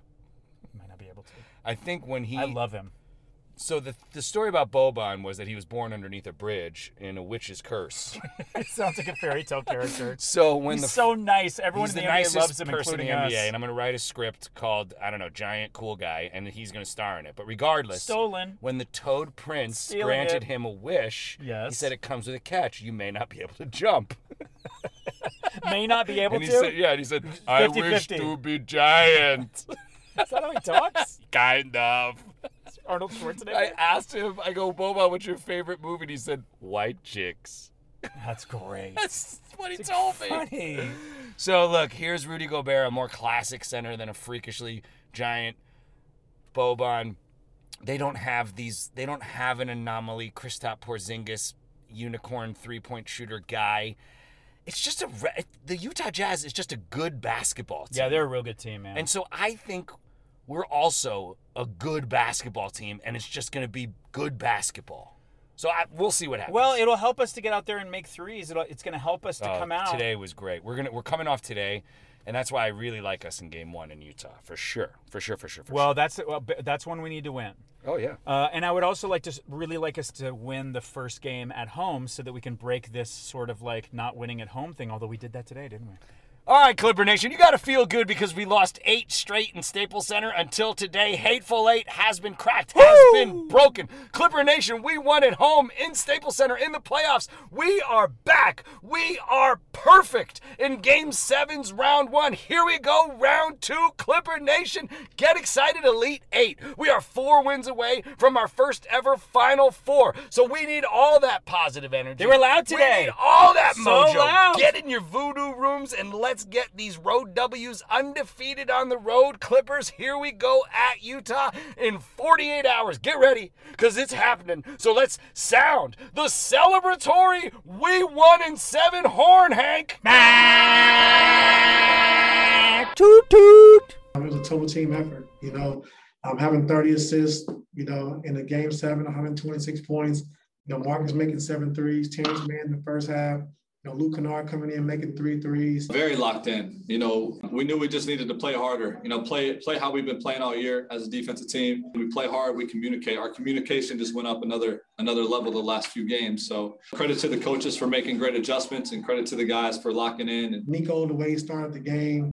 Might not be able to.
I think when he
I love him.
so the the story about Boban was that he was born underneath a bridge in a witch's curse.
it sounds like a fairy tale character.
So when
he's
the-
so nice, everyone
He's
in the,
the
NBA
nicest
loves him,
person in
including
the
us.
NBA, and I'm going to write a script called I don't know, Giant Cool Guy, and he's going to star in it. But regardless,
Stolen.
When the Toad Prince
Stealing
granted
it.
him a wish, he
Yes.
said it comes with a catch. You may not be able to jump.
May not be able
and he
to.
said, yeah, and he said, I wish
50-50.
to be giant.
Is that how he talks?
kind of.
Arnold Schwarzenegger.
I asked him, I go, Boba, what's your favorite movie? And he said, White Chicks.
That's great.
That's what he told me.
Funny.
So look, here's Rudy Gobert, a more classic center than a freakishly giant Boban. They don't have these. They don't have an anomaly. Kristaps Porzingis, unicorn three-point shooter guy. It's just a re- the Utah Jazz is just a good basketball team.
Yeah, they're a real good team, man.
And so I think we're also a good basketball team, and it's just going to be good basketball. So I, we'll see what happens.
Well, it'll help us to get out there and make threes. It'll, it's going to help us to
Oh,
come out.
Today was great. We're gonna we're coming off today, and that's why I really like us in game one in Utah for sure, for sure, for sure. For
Well,
sure.
that's well, b- that's one we need to win.
Oh yeah.
Uh, and I would also like to s- really like us to win the first game at home so that we can break this sort of like not winning at home thing. Although we did that today, didn't we?
All right, Clipper Nation, you got to feel good because we lost eight straight in Staples Center until today. Hateful Eight has been cracked, has been broken. Clipper Nation, we won at home in Staples Center in the playoffs. We are back. We are perfect in Game Seven's round one. Here we go, round two. Clipper Nation, get excited, Elite Eight. We are four wins away from our first ever Final Four. So we need all that positive energy.
They were loud
We
today.
need all that
So
mojo.
loud.
Get in your voodoo rooms and let's get these road W's undefeated on the road. Clippers, here we go at Utah in 48 hours. Get ready because it's happening. So let's sound the celebratory We Won in Seven horn, Hank.
Toot toot.
Um, it was a total team effort. You know, um, having 30 assists. You know, in the game seven, 126 points. You know, Marcus making seven threes. Terrence Mann the first half. You know, Luke Kennard coming in making three threes.
Very locked in. You know, we knew we just needed to play harder. You know, play play how we've been playing all year as a defensive team. We play hard. We communicate. Our communication just went up another another level the last few games. So credit to the coaches for making great adjustments, and credit to the guys for locking in. And
Nico the way he started the game.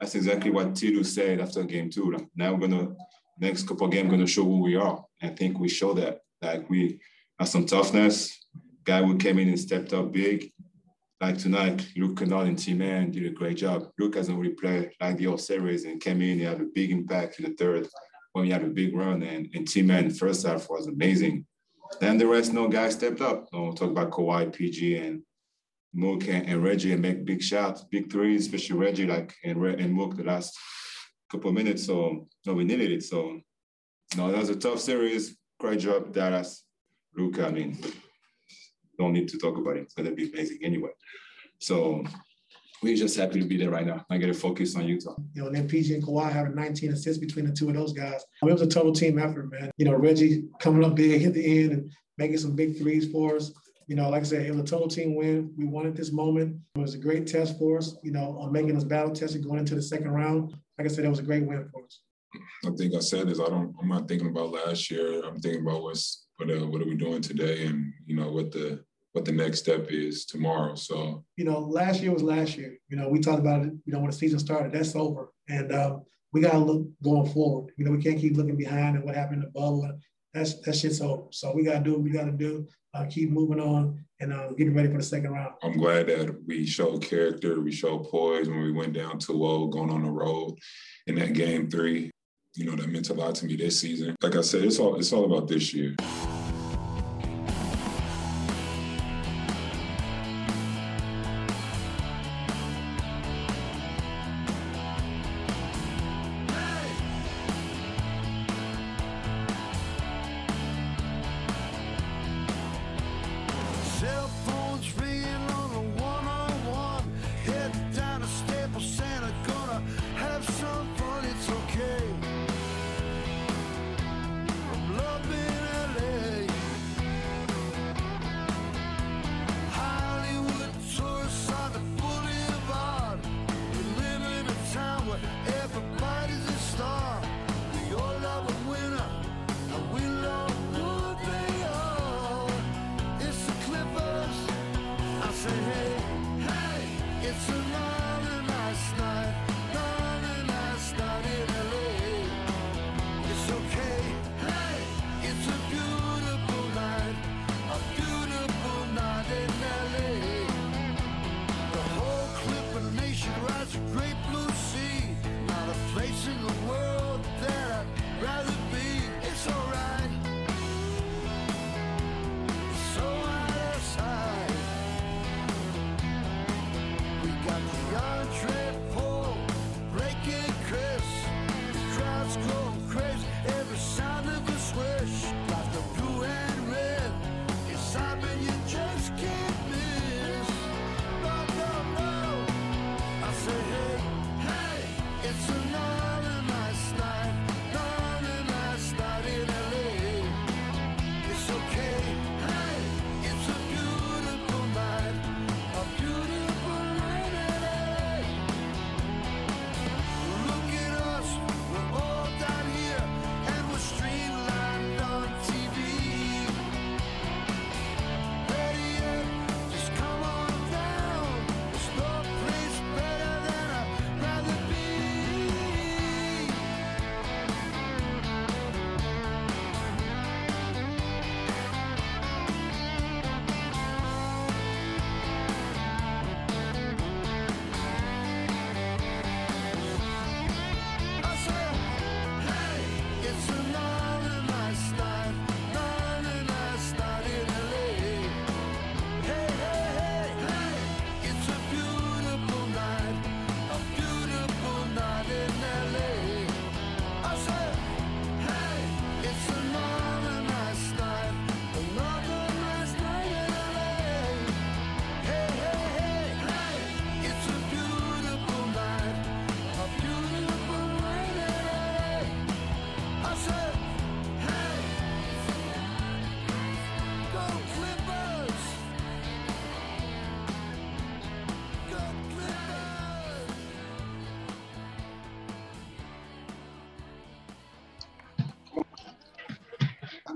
That's exactly what Tito said after game two. Like, Now we're gonna next couple of games gonna show who we are. I think we show that. Like we have some toughness. Guy who came in and stepped up big. Like tonight, Luke Kennard and T Man did a great job. Luke hasn't really played like the old series and came in and had a big impact in the third when we had a big run and, and T Man first half was amazing. Then the rest, no guys stepped up. No talk about Kawhi, PG, and Mook and, and Reggie and make big shots, big threes, especially Reggie, like and Re- and Mook the last couple of minutes. So no, we needed it. So no, that was a tough series. Great job, Dallas. Luca, I mean, don't need to talk about it. It's gonna be amazing anyway. So we're just happy to be there right now. I gotta focus on Utah.
You know, and then PG and Kawhi having 19 assists between the two of those guys. I mean, it was a total team effort, man. You know, Reggie coming up big at the end and making some big threes for us. You know, like I said, it was a total team win. We wanted this moment. It was a great test for us, you know, on making us battle tested going into the second round. Like I said, it was a great win for us.
I think I said this. I don't. I'm not thinking about last year. I'm thinking about what's what. Uh, what are we doing today, and you know what the what the next step is tomorrow. So
You know, last year was last year. You know, we talked about it, you know, when the season started, that's over. And um, we got to look going forward. You know, we can't keep looking behind and what happened in the bubble. That's, that shit's over. So we got to do what we got to do, uh, keep moving on and uh, getting ready for the second round.
I'm glad that we showed character, we showed poise when we went down 2-0 going on the road in that game three. You know that meant a lot to me this season. Like I said, it's all it's all about this year.
Cell phones ringing on the 101. Heading down to Staples Center, gonna have some fun, it's okay. I'm loving LA.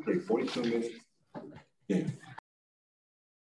Like 42 minutes. Yeah.